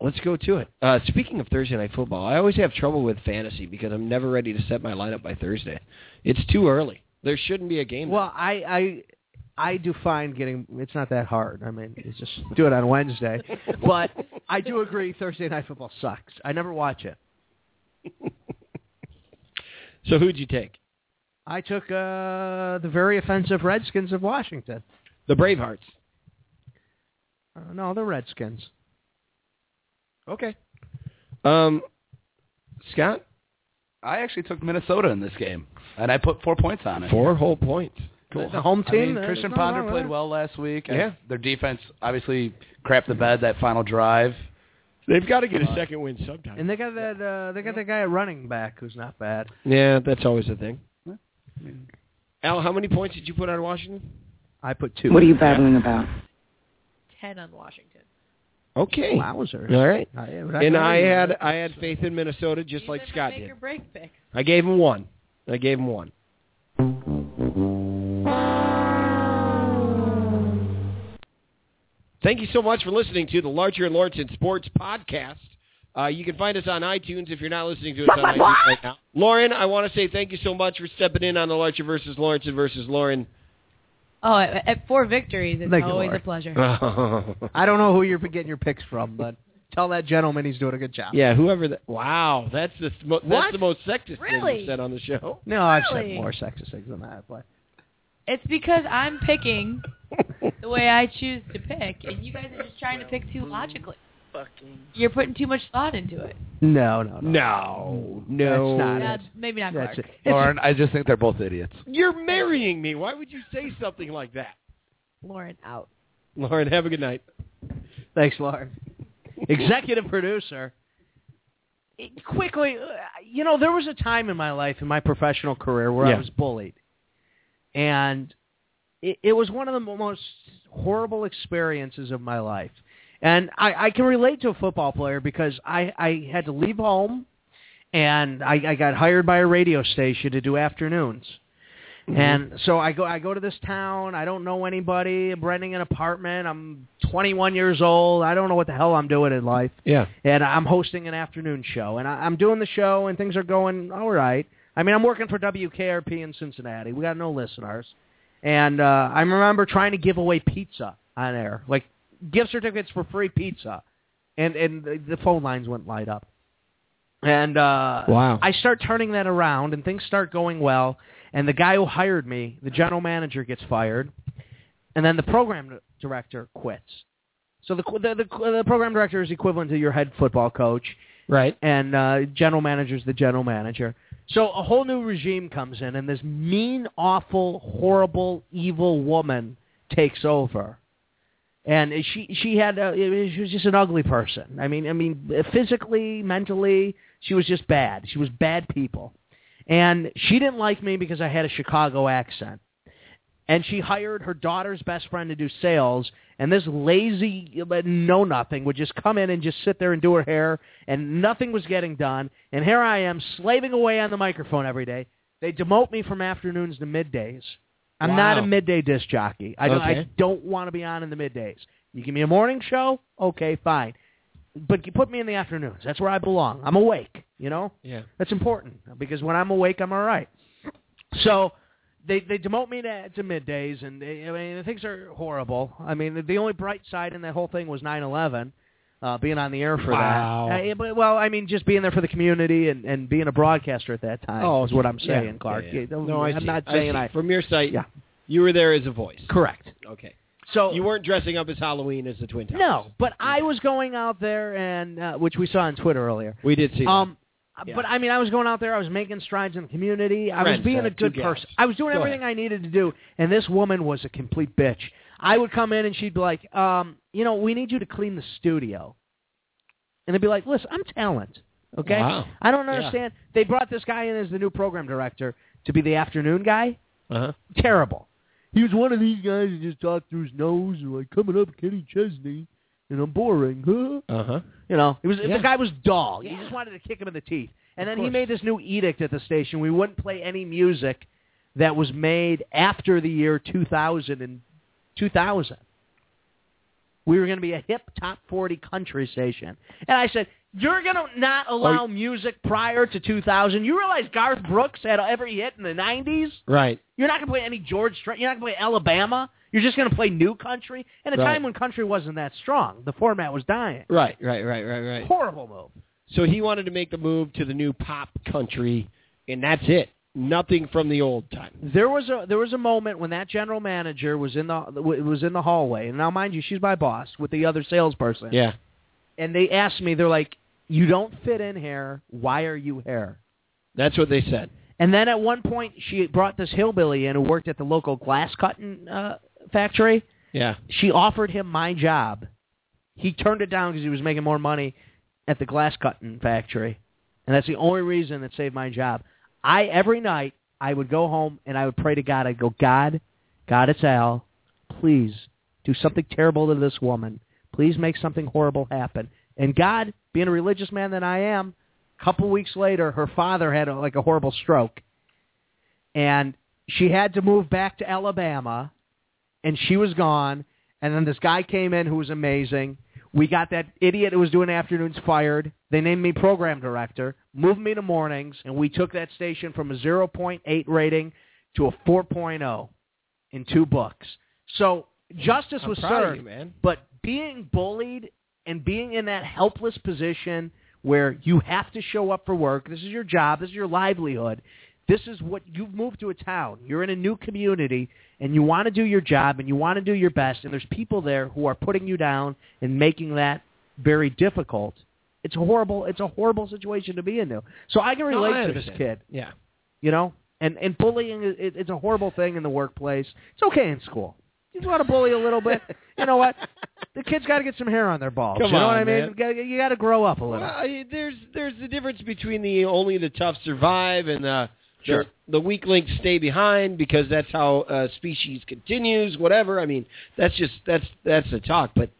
Speaker 2: let's go to it. Uh, speaking of Thursday night football, I always have trouble with fantasy because I'm never ready to set my lineup by Thursday. It's too early. There shouldn't be a game.
Speaker 3: Well, I, I I do find getting it's not that hard. I mean, it's just do it on Wednesday. but I do agree Thursday night football sucks. I never watch it.
Speaker 2: So who'd you take?
Speaker 3: I took uh, the very offensive Redskins of Washington.
Speaker 2: The Bravehearts.
Speaker 3: Uh, no, the Redskins.
Speaker 2: Okay. Um, Scott,
Speaker 5: I actually took Minnesota in this game, and I put four points on it.
Speaker 2: four whole points.
Speaker 3: Cool. The home
Speaker 5: I
Speaker 3: team.
Speaker 5: mean,
Speaker 3: uh,
Speaker 5: Christian
Speaker 3: there's nothing
Speaker 5: Ponder
Speaker 3: wrong with
Speaker 5: played
Speaker 3: that.
Speaker 5: well last week.
Speaker 2: Yeah.
Speaker 5: And Their defense obviously crapped the bed that final drive.
Speaker 2: They've got to get
Speaker 5: Uh,
Speaker 2: a second win sometime.
Speaker 3: And they got that. Uh, they got that guy at running back who's not bad.
Speaker 2: Yeah, that's always a thing. Al, how many points did you put on Washington?
Speaker 3: I put two.
Speaker 11: about? Ten on Washington.
Speaker 2: Okay.
Speaker 3: Wowzers. Uh,
Speaker 2: All right.
Speaker 3: I,
Speaker 2: And I had I had faith in Minnesota just like Scott
Speaker 11: Make
Speaker 2: did.
Speaker 11: or break pick.
Speaker 2: I gave him one. I gave him one. Thank you so much for listening to the Larcher and Lawrence in Sports podcast. Uh, you can find us on iTunes if you're not listening to us on iTunes right now. Lauren, I want to say thank you so much for stepping in on the Larcher versus Lawrence and versus Lauren.
Speaker 11: Oh, at, at four victories, it's
Speaker 3: Thank you,
Speaker 11: always
Speaker 3: Laura.
Speaker 11: a pleasure.
Speaker 3: I don't know who you're getting your picks from, but tell that gentleman he's doing a good job.
Speaker 2: yeah, whoever that. Wow, that's the smo-
Speaker 3: What?
Speaker 2: that's the most sexist thing
Speaker 11: Really?
Speaker 2: you said on the show.
Speaker 3: No, I've said
Speaker 11: Really?
Speaker 3: more sexist things than that, but
Speaker 11: It's because I'm picking the way I choose to pick, and you guys are just trying to pick too logically.
Speaker 23: Fucking.
Speaker 11: You're putting too much thought into it.
Speaker 3: no, no, no.
Speaker 2: No, no.
Speaker 3: That's not
Speaker 11: Uh,
Speaker 3: it.
Speaker 11: maybe not
Speaker 3: That's
Speaker 11: Clark.
Speaker 3: it. It's-
Speaker 5: Lauren, I just think they're both idiots.
Speaker 2: You're marrying me. Why would you say something like that?
Speaker 11: Lauren out.
Speaker 2: Lauren, have a good night.
Speaker 3: Thanks, Lauren. Executive producer. It- quickly, uh, you know, there was a time in my life, in my professional career, where I
Speaker 2: Yeah.
Speaker 3: was bullied. And it, it was one of the mo- most horrible experiences of my life. And I, I can relate to a football player because I, I had to leave home and I, I got hired by a radio station to do afternoons. And so I go I go to this town, I don't know anybody, I'm renting an apartment, I'm 21 years old, I don't know what the hell I'm doing in life.
Speaker 2: Yeah.
Speaker 3: And I'm hosting an afternoon show and I, I'm doing the show and things are going all right. I mean, I'm working for WKRP in Cincinnati. We got no listeners. And uh I remember trying to give away pizza on air, like gift certificates for free pizza. And and the the phone lines wouldn't light up. And uh
Speaker 2: Wow.
Speaker 3: I start turning that around and things start going well and the guy who hired me, the general manager gets fired and then the program director quits. So the the the, the program director is equivalent to your head football coach
Speaker 2: Right.
Speaker 3: and uh general manager is the general manager. So a whole new regime comes in and this mean, awful, horrible, evil woman takes over. And she she had a, she was just an ugly person. I mean I mean physically, mentally, she was just bad. She was bad people. And she didn't like me because I had a Chicago accent. And she hired her daughter's best friend to do sales. And this lazy know nothing would just come in and just sit there and do her hair, and nothing was getting done. And here I am slaving away on the microphone every day. They demote me from afternoons to middays I'm
Speaker 24: Wow.
Speaker 3: not a midday disc jockey. I don't, I
Speaker 24: Okay.
Speaker 3: don't want to be on in the middays. You give me a morning show, okay, fine. But you put me in the afternoons. That's where I belong. I'm awake, you know?
Speaker 2: Yeah.
Speaker 3: That's important because when I'm awake, I'm all right. So they they demote me to, to middays, and they, I mean things are horrible. I mean the only bright side in that whole thing was 9/11, uh, being on the air for
Speaker 24: Wow.
Speaker 3: that. Uh, yeah, but, well, I mean just being there for the community and and being a broadcaster at that time
Speaker 2: Oh,
Speaker 3: is what I'm
Speaker 2: yeah,
Speaker 3: saying, Clark.
Speaker 2: yeah, yeah.
Speaker 3: Yeah, don't-
Speaker 2: No, I
Speaker 3: I'm
Speaker 2: see.
Speaker 3: not
Speaker 2: I
Speaker 3: saying
Speaker 2: see.
Speaker 3: I,
Speaker 2: From your site, you were there as a voice.
Speaker 3: Correct.
Speaker 2: Okay.
Speaker 3: So
Speaker 2: you weren't dressing up as Halloween as the Twin Towers.
Speaker 3: No, but I was going out there, and uh, which we saw on Twitter earlier.
Speaker 2: We did see. that.
Speaker 3: Um,
Speaker 2: Yeah.
Speaker 3: But I mean, I was going out there. I was making strides in the community. I
Speaker 2: Friends,
Speaker 3: was being
Speaker 2: uh,
Speaker 3: a good
Speaker 2: two
Speaker 3: person.
Speaker 2: gals.
Speaker 3: I was doing
Speaker 2: Go
Speaker 3: everything I needed to do, and this woman was a complete bitch. I would come in, and she'd be like, um, "You know, we need you to clean the studio," and they'd be like, "Listen, I'm talent, okay?
Speaker 2: Wow.
Speaker 3: I don't
Speaker 2: Yeah.
Speaker 3: understand." They brought this guy in as the new program director to be the afternoon guy.
Speaker 2: Uh-huh.
Speaker 3: Terrible. He was one of these guys who just talked through his nose and like coming up Kenny Chesney, and I'm boring, huh?
Speaker 2: Uh huh.
Speaker 3: You know, it was
Speaker 2: Yeah.
Speaker 3: the guy was dull. You
Speaker 2: Yeah.
Speaker 3: just wanted to kick him in the teeth. And
Speaker 2: Of
Speaker 3: then he
Speaker 2: course.
Speaker 3: made this new edict at the station: we wouldn't play any music that was made after the year 2000 and 2000. We were going to be a hip top 40 country station. And I said, you're going to not allow music prior to 2000. You realize Garth Brooks had every hit in the 90s?
Speaker 2: Right.
Speaker 3: You're not going to play any George Strait. You're not going to play Alabama. You're just going to play new country. And a
Speaker 2: Right.
Speaker 3: time when country wasn't that strong. The format was dying.
Speaker 2: Right. Right. Right. Right. Right.
Speaker 3: Horrible move.
Speaker 2: So he wanted to make the move to the new pop country, and that's it. Nothing from the old time.
Speaker 3: There was a there was a moment when that general manager was in the was in the hallway, and now mind you, she's my boss with the other salesperson.
Speaker 2: Yeah.
Speaker 3: And they asked me, they're like, "You don't fit in here. Why are you here?"
Speaker 2: That's what they said.
Speaker 3: And then at one point, she brought this hillbilly in who worked at the local glass cutting uh, factory.
Speaker 2: Yeah.
Speaker 3: She offered him my job. He turned it down because he was making more money at the glass cutting factory, and that's the only reason that saved my job. I every night I would go home and I would pray to God. I'd go, God, God, it's Al. Please do something terrible to this woman. Please make something horrible happen. And God, being a religious man that I am, a couple weeks later, her father had a, like a horrible stroke, and she had to move back to Alabama, and she was gone. And then this guy came in who was amazing. We got that idiot who was doing afternoons fired. They named me program director, moved me to mornings, and we took that station from a 0.8 rating to a 4.0 in two books. So justice
Speaker 2: I'm
Speaker 3: was
Speaker 2: proud of
Speaker 3: served,
Speaker 2: you, man.
Speaker 3: but being bullied and being in that helpless position where you have to show up for work, this is your job, this is your livelihood. This is what you've moved to a town. You're in a new community and you want to do your job and you want to do your best and there's people there who are putting you down and making that very difficult. It's a horrible it's a horrible situation to be in though. So I can
Speaker 2: No,
Speaker 3: relate
Speaker 2: I
Speaker 3: to this
Speaker 2: understand.
Speaker 3: kid
Speaker 2: Yeah.
Speaker 3: you know and and bullying is it, it's a horrible thing in the workplace it's okay in school you want to bully a little bit you know what the kids got to get some hair on their balls you
Speaker 2: Come
Speaker 3: know what
Speaker 2: on,
Speaker 3: i mean
Speaker 2: man.
Speaker 3: You gotta- you got to grow up a little
Speaker 2: Well, I- there's there's the difference between the only the tough survive and uh, the
Speaker 3: Sure.
Speaker 2: the, the weak links stay behind because that's how uh, species continues. Whatever. I mean, that's just that's that's the talk. But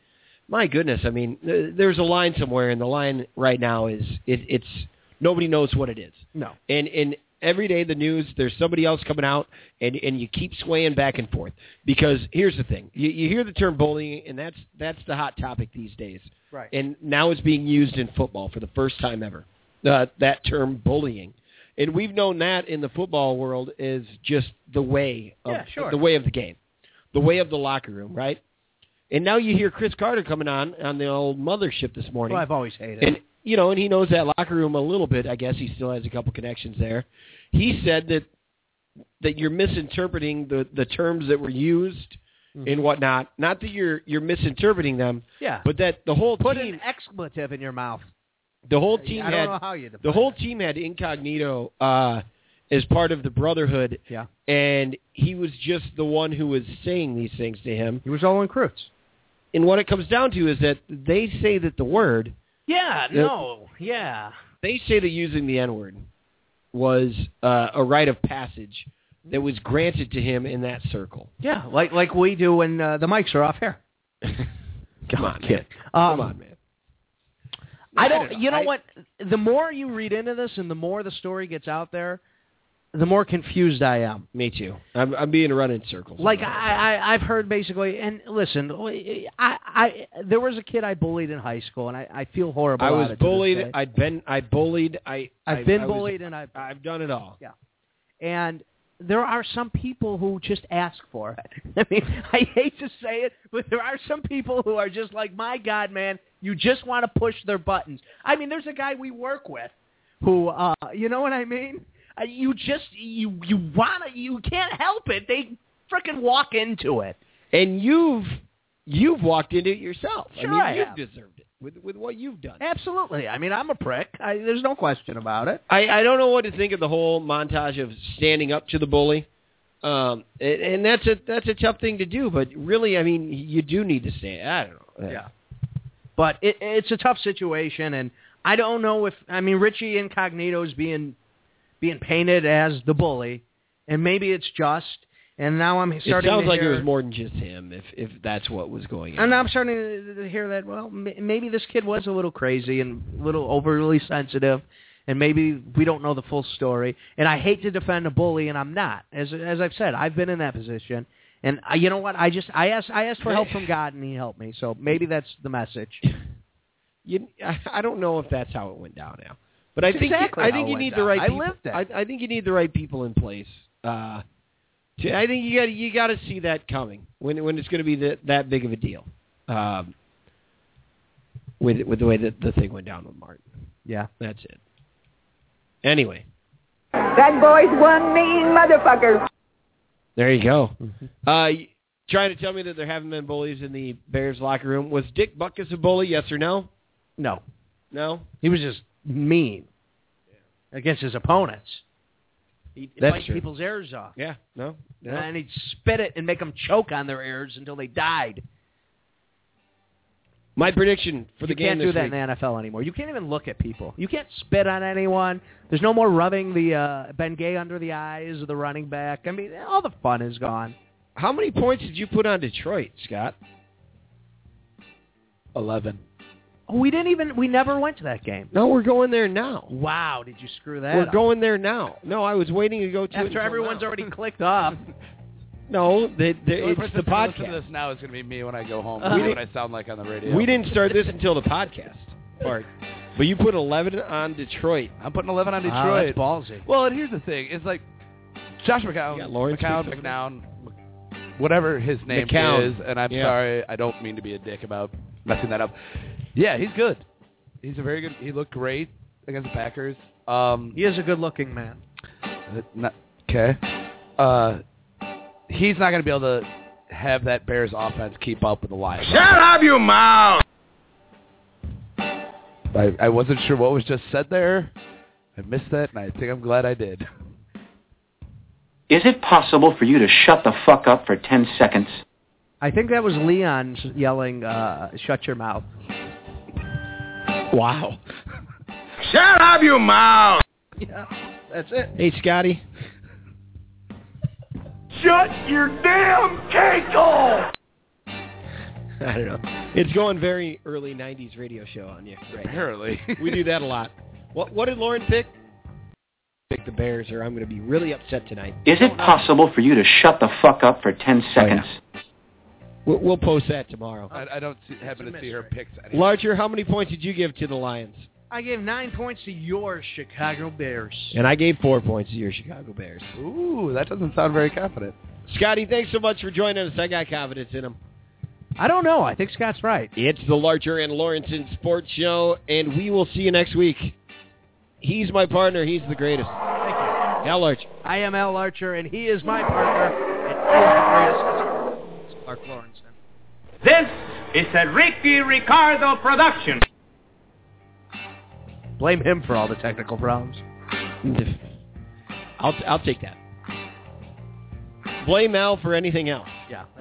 Speaker 2: my goodness, I mean, th- there's a line somewhere, and the line right now is it, it's nobody knows what it is.
Speaker 3: no
Speaker 2: And and every day the news, there's somebody else coming out, and and you keep swaying back and forth because here's the thing: you, you hear the term bullying, and that's that's the hot topic these days.
Speaker 3: Right.
Speaker 2: And now it's being used in football for the first time ever. Uh, that term bullying, and we've known that in the football world is just the way of
Speaker 3: Yeah, sure.
Speaker 2: the way of the game, the way of the locker room, right? And now you hear Chris Carter coming on on the old mothership this morning.
Speaker 3: well, i've always hated
Speaker 2: And you know, and he knows that locker room a little bit. I guess he still has a couple connections there. He said that that you're misinterpreting the the terms that were used and whatnot. Not that you're you're misinterpreting them,
Speaker 3: Mm-hmm. yeah
Speaker 2: but that the whole
Speaker 3: put
Speaker 2: team
Speaker 3: an expletive in your mouth
Speaker 2: the whole team
Speaker 3: i don't
Speaker 2: had
Speaker 3: know how you
Speaker 2: the
Speaker 3: define
Speaker 2: whole
Speaker 3: it.
Speaker 2: team had incognito uh, as part of the brotherhood,
Speaker 3: yeah
Speaker 2: and he was just the one who was saying these things to him.
Speaker 3: he was all in recruits
Speaker 2: And what it comes down to is that they say that the word
Speaker 3: yeah
Speaker 2: Yeah.
Speaker 3: no yeah
Speaker 2: they say that using the N word was uh, a rite of passage that was granted to him in that circle.
Speaker 3: yeah like like we do when uh, the mics are off here
Speaker 2: Come on, man.
Speaker 3: um,
Speaker 2: Come on, man.
Speaker 3: I
Speaker 2: I
Speaker 3: don't.
Speaker 2: don't know.
Speaker 3: You know
Speaker 2: I-
Speaker 3: what? The more you read into this, and the more the story gets out there, the more confused I am.
Speaker 2: Me too. I'm, I'm being run in circles.
Speaker 3: Like I, I, I've heard basically, and listen, I, I, there was a kid I bullied in high school, and I, I feel horrible.
Speaker 2: I
Speaker 3: about
Speaker 2: was
Speaker 3: it to this
Speaker 2: bullied.
Speaker 3: day.
Speaker 2: I've been. I bullied. I.
Speaker 3: I've
Speaker 2: I-
Speaker 3: been
Speaker 2: I was-
Speaker 3: bullied, and I've
Speaker 2: I've done it all.
Speaker 3: Yeah. and there are some people who just ask for it. I mean, I hate to say it, but there are some people who are just like, my God, man, you just want to push their buttons. I mean, there's a guy we work with who, uh, you know what I mean? Uh, you just you you wanna you can't help it. They frickin' walk into it.
Speaker 2: And you've you've walked into it yourself.
Speaker 3: Sure
Speaker 2: I mean,
Speaker 3: I
Speaker 2: you've
Speaker 3: have.
Speaker 2: deserved it with with what you've done.
Speaker 3: Absolutely. I mean, I'm a prick. I, there's no question about it.
Speaker 2: I, I don't know what to think of the whole montage of standing up to the bully. Um, and, and that's a that's a tough thing to do, but really, I mean, you do need to stand. I don't know.
Speaker 3: Yeah. But it, it's a tough situation, and I don't know if I mean Richie Incognito's being being painted as the bully, and maybe it's just. And now I'm
Speaker 2: It
Speaker 3: starting.
Speaker 2: sounds
Speaker 3: to
Speaker 2: like it
Speaker 3: hear-
Speaker 2: was more than just him, if if that's what was going on.
Speaker 3: And I'm starting to to hear that. Well, m- maybe this kid was a little crazy and a little overly sensitive, and maybe we don't know the full story. And I hate to defend a bully, and I'm not. As as I've said, I've been in that position. And I, you know what? I just I asked I asked for help from God, and He helped me. So maybe that's the message.
Speaker 2: You, I I don't know if that's how it went down now, but I
Speaker 3: That's
Speaker 2: think
Speaker 3: exactly
Speaker 2: I
Speaker 3: how it
Speaker 2: think you
Speaker 3: went
Speaker 2: need the
Speaker 3: down.
Speaker 2: right.
Speaker 3: I
Speaker 2: People.
Speaker 3: lived it.
Speaker 2: I, I think you need the right people in place. Uh, to, I think you got you got to see that coming when when it's going to be that that big of a deal. Um, with with the way that the thing went down with Martin.
Speaker 3: Yeah,
Speaker 2: that's it. Anyway,
Speaker 25: That boy's one mean motherfucker.
Speaker 2: there you go. Uh, y- trying to tell me that there haven't been bullies in the Bears locker room. Was Dick Buckus a bully? Yes or no?
Speaker 3: No,
Speaker 2: No.
Speaker 3: he was just mean against his opponents. He'd
Speaker 2: That's
Speaker 3: bite
Speaker 2: true.
Speaker 3: people's ears off.
Speaker 2: Yeah. No. No.
Speaker 3: And he'd spit it and make them choke on their ears until they died.
Speaker 2: My prediction for the
Speaker 3: you
Speaker 2: game
Speaker 3: can't
Speaker 2: this
Speaker 3: do that
Speaker 2: week.
Speaker 3: in the NFL anymore. You can't even look at people. You can't spit on anyone. There's no more rubbing the uh, Ben Gay under the eyes of the running back. I mean, all the fun is gone.
Speaker 2: How many points did you put on Detroit, Scott?
Speaker 5: Eleven.
Speaker 3: Oh, We didn't even. We never went to that game.
Speaker 2: No, we're going there now.
Speaker 3: Wow, did you screw that?
Speaker 2: We're
Speaker 3: up?
Speaker 2: going there now. No, I was waiting to go to it
Speaker 3: after
Speaker 2: until
Speaker 3: everyone's
Speaker 2: now.
Speaker 3: already clicked up.
Speaker 2: No, they, they,
Speaker 5: only
Speaker 2: it's
Speaker 5: person
Speaker 2: the
Speaker 5: that's gonna Listen
Speaker 2: podcast.
Speaker 5: to this now is going to be me when I go home.
Speaker 11: Uh,
Speaker 2: We
Speaker 5: That's
Speaker 2: didn't-
Speaker 5: what I sound like on the radio.
Speaker 2: We didn't start this until the podcast part. But you put 11 on Detroit.
Speaker 5: I'm putting 11 on
Speaker 3: Wow, Ah, that's
Speaker 5: Detroit.
Speaker 3: ballsy.
Speaker 5: well, and here's the thing: it's like Josh McCown,
Speaker 2: You got Lawrence
Speaker 5: McCown,
Speaker 2: picked up.
Speaker 5: McNown, whatever his name
Speaker 2: McCown.
Speaker 5: is. And I'm
Speaker 2: Yeah.
Speaker 5: sorry, I don't mean to be a dick about messing that up. Yeah, he's good. He's a very good. He looked great against the Packers. Um,
Speaker 3: He is a good-looking man.
Speaker 5: okay. Uh, he's not going to be able to have that Bears offense keep up with the Lions.
Speaker 26: up, you mouth!
Speaker 5: I, I wasn't sure what was just said there. I missed that, and I think I'm glad I did.
Speaker 27: Is it possible for you to shut the fuck up for 10 seconds?
Speaker 3: I think that was Leon yelling, uh, "Shut your mouth."
Speaker 2: Wow.
Speaker 26: Shut up, you mouth!
Speaker 3: Yeah, that's it.
Speaker 2: Hey, Scotty.
Speaker 26: Shut your damn cake hole!
Speaker 2: I don't know. It's going very early 90s radio show on you right now.
Speaker 5: Apparently.
Speaker 2: We do that a lot. What, what did Lauren pick? Pick the Bears, or I'm going to be really upset tonight.
Speaker 27: Is it possible for you to shut the fuck up for 10 seconds?
Speaker 2: We'll, we'll post that tomorrow.
Speaker 5: I, I don't see, happen to see her picks. Anymore.
Speaker 2: Larger, how many points did you give to the Lions?
Speaker 3: I gave nine points to your Chicago Bears.
Speaker 2: And I gave four points to your Chicago Bears.
Speaker 5: Ooh, that doesn't sound very confident.
Speaker 2: Scotty, thanks so much for joining us. I got confidence in him.
Speaker 3: I don't know. I think Scott's right.
Speaker 2: It's the Larcher and Lawrenson Sports Show, and we will see you next week. He's my partner. He's the greatest.
Speaker 3: Thank you.
Speaker 2: Now, Larch.
Speaker 3: I am Al Archer, and he is my partner. And he is the greatest. Mark Lawrence.
Speaker 13: This is a Ricky Ricardo production.
Speaker 3: Blame him for all the technical problems.
Speaker 2: I'll, I'll take that. Blame Al for anything else.
Speaker 3: Yeah.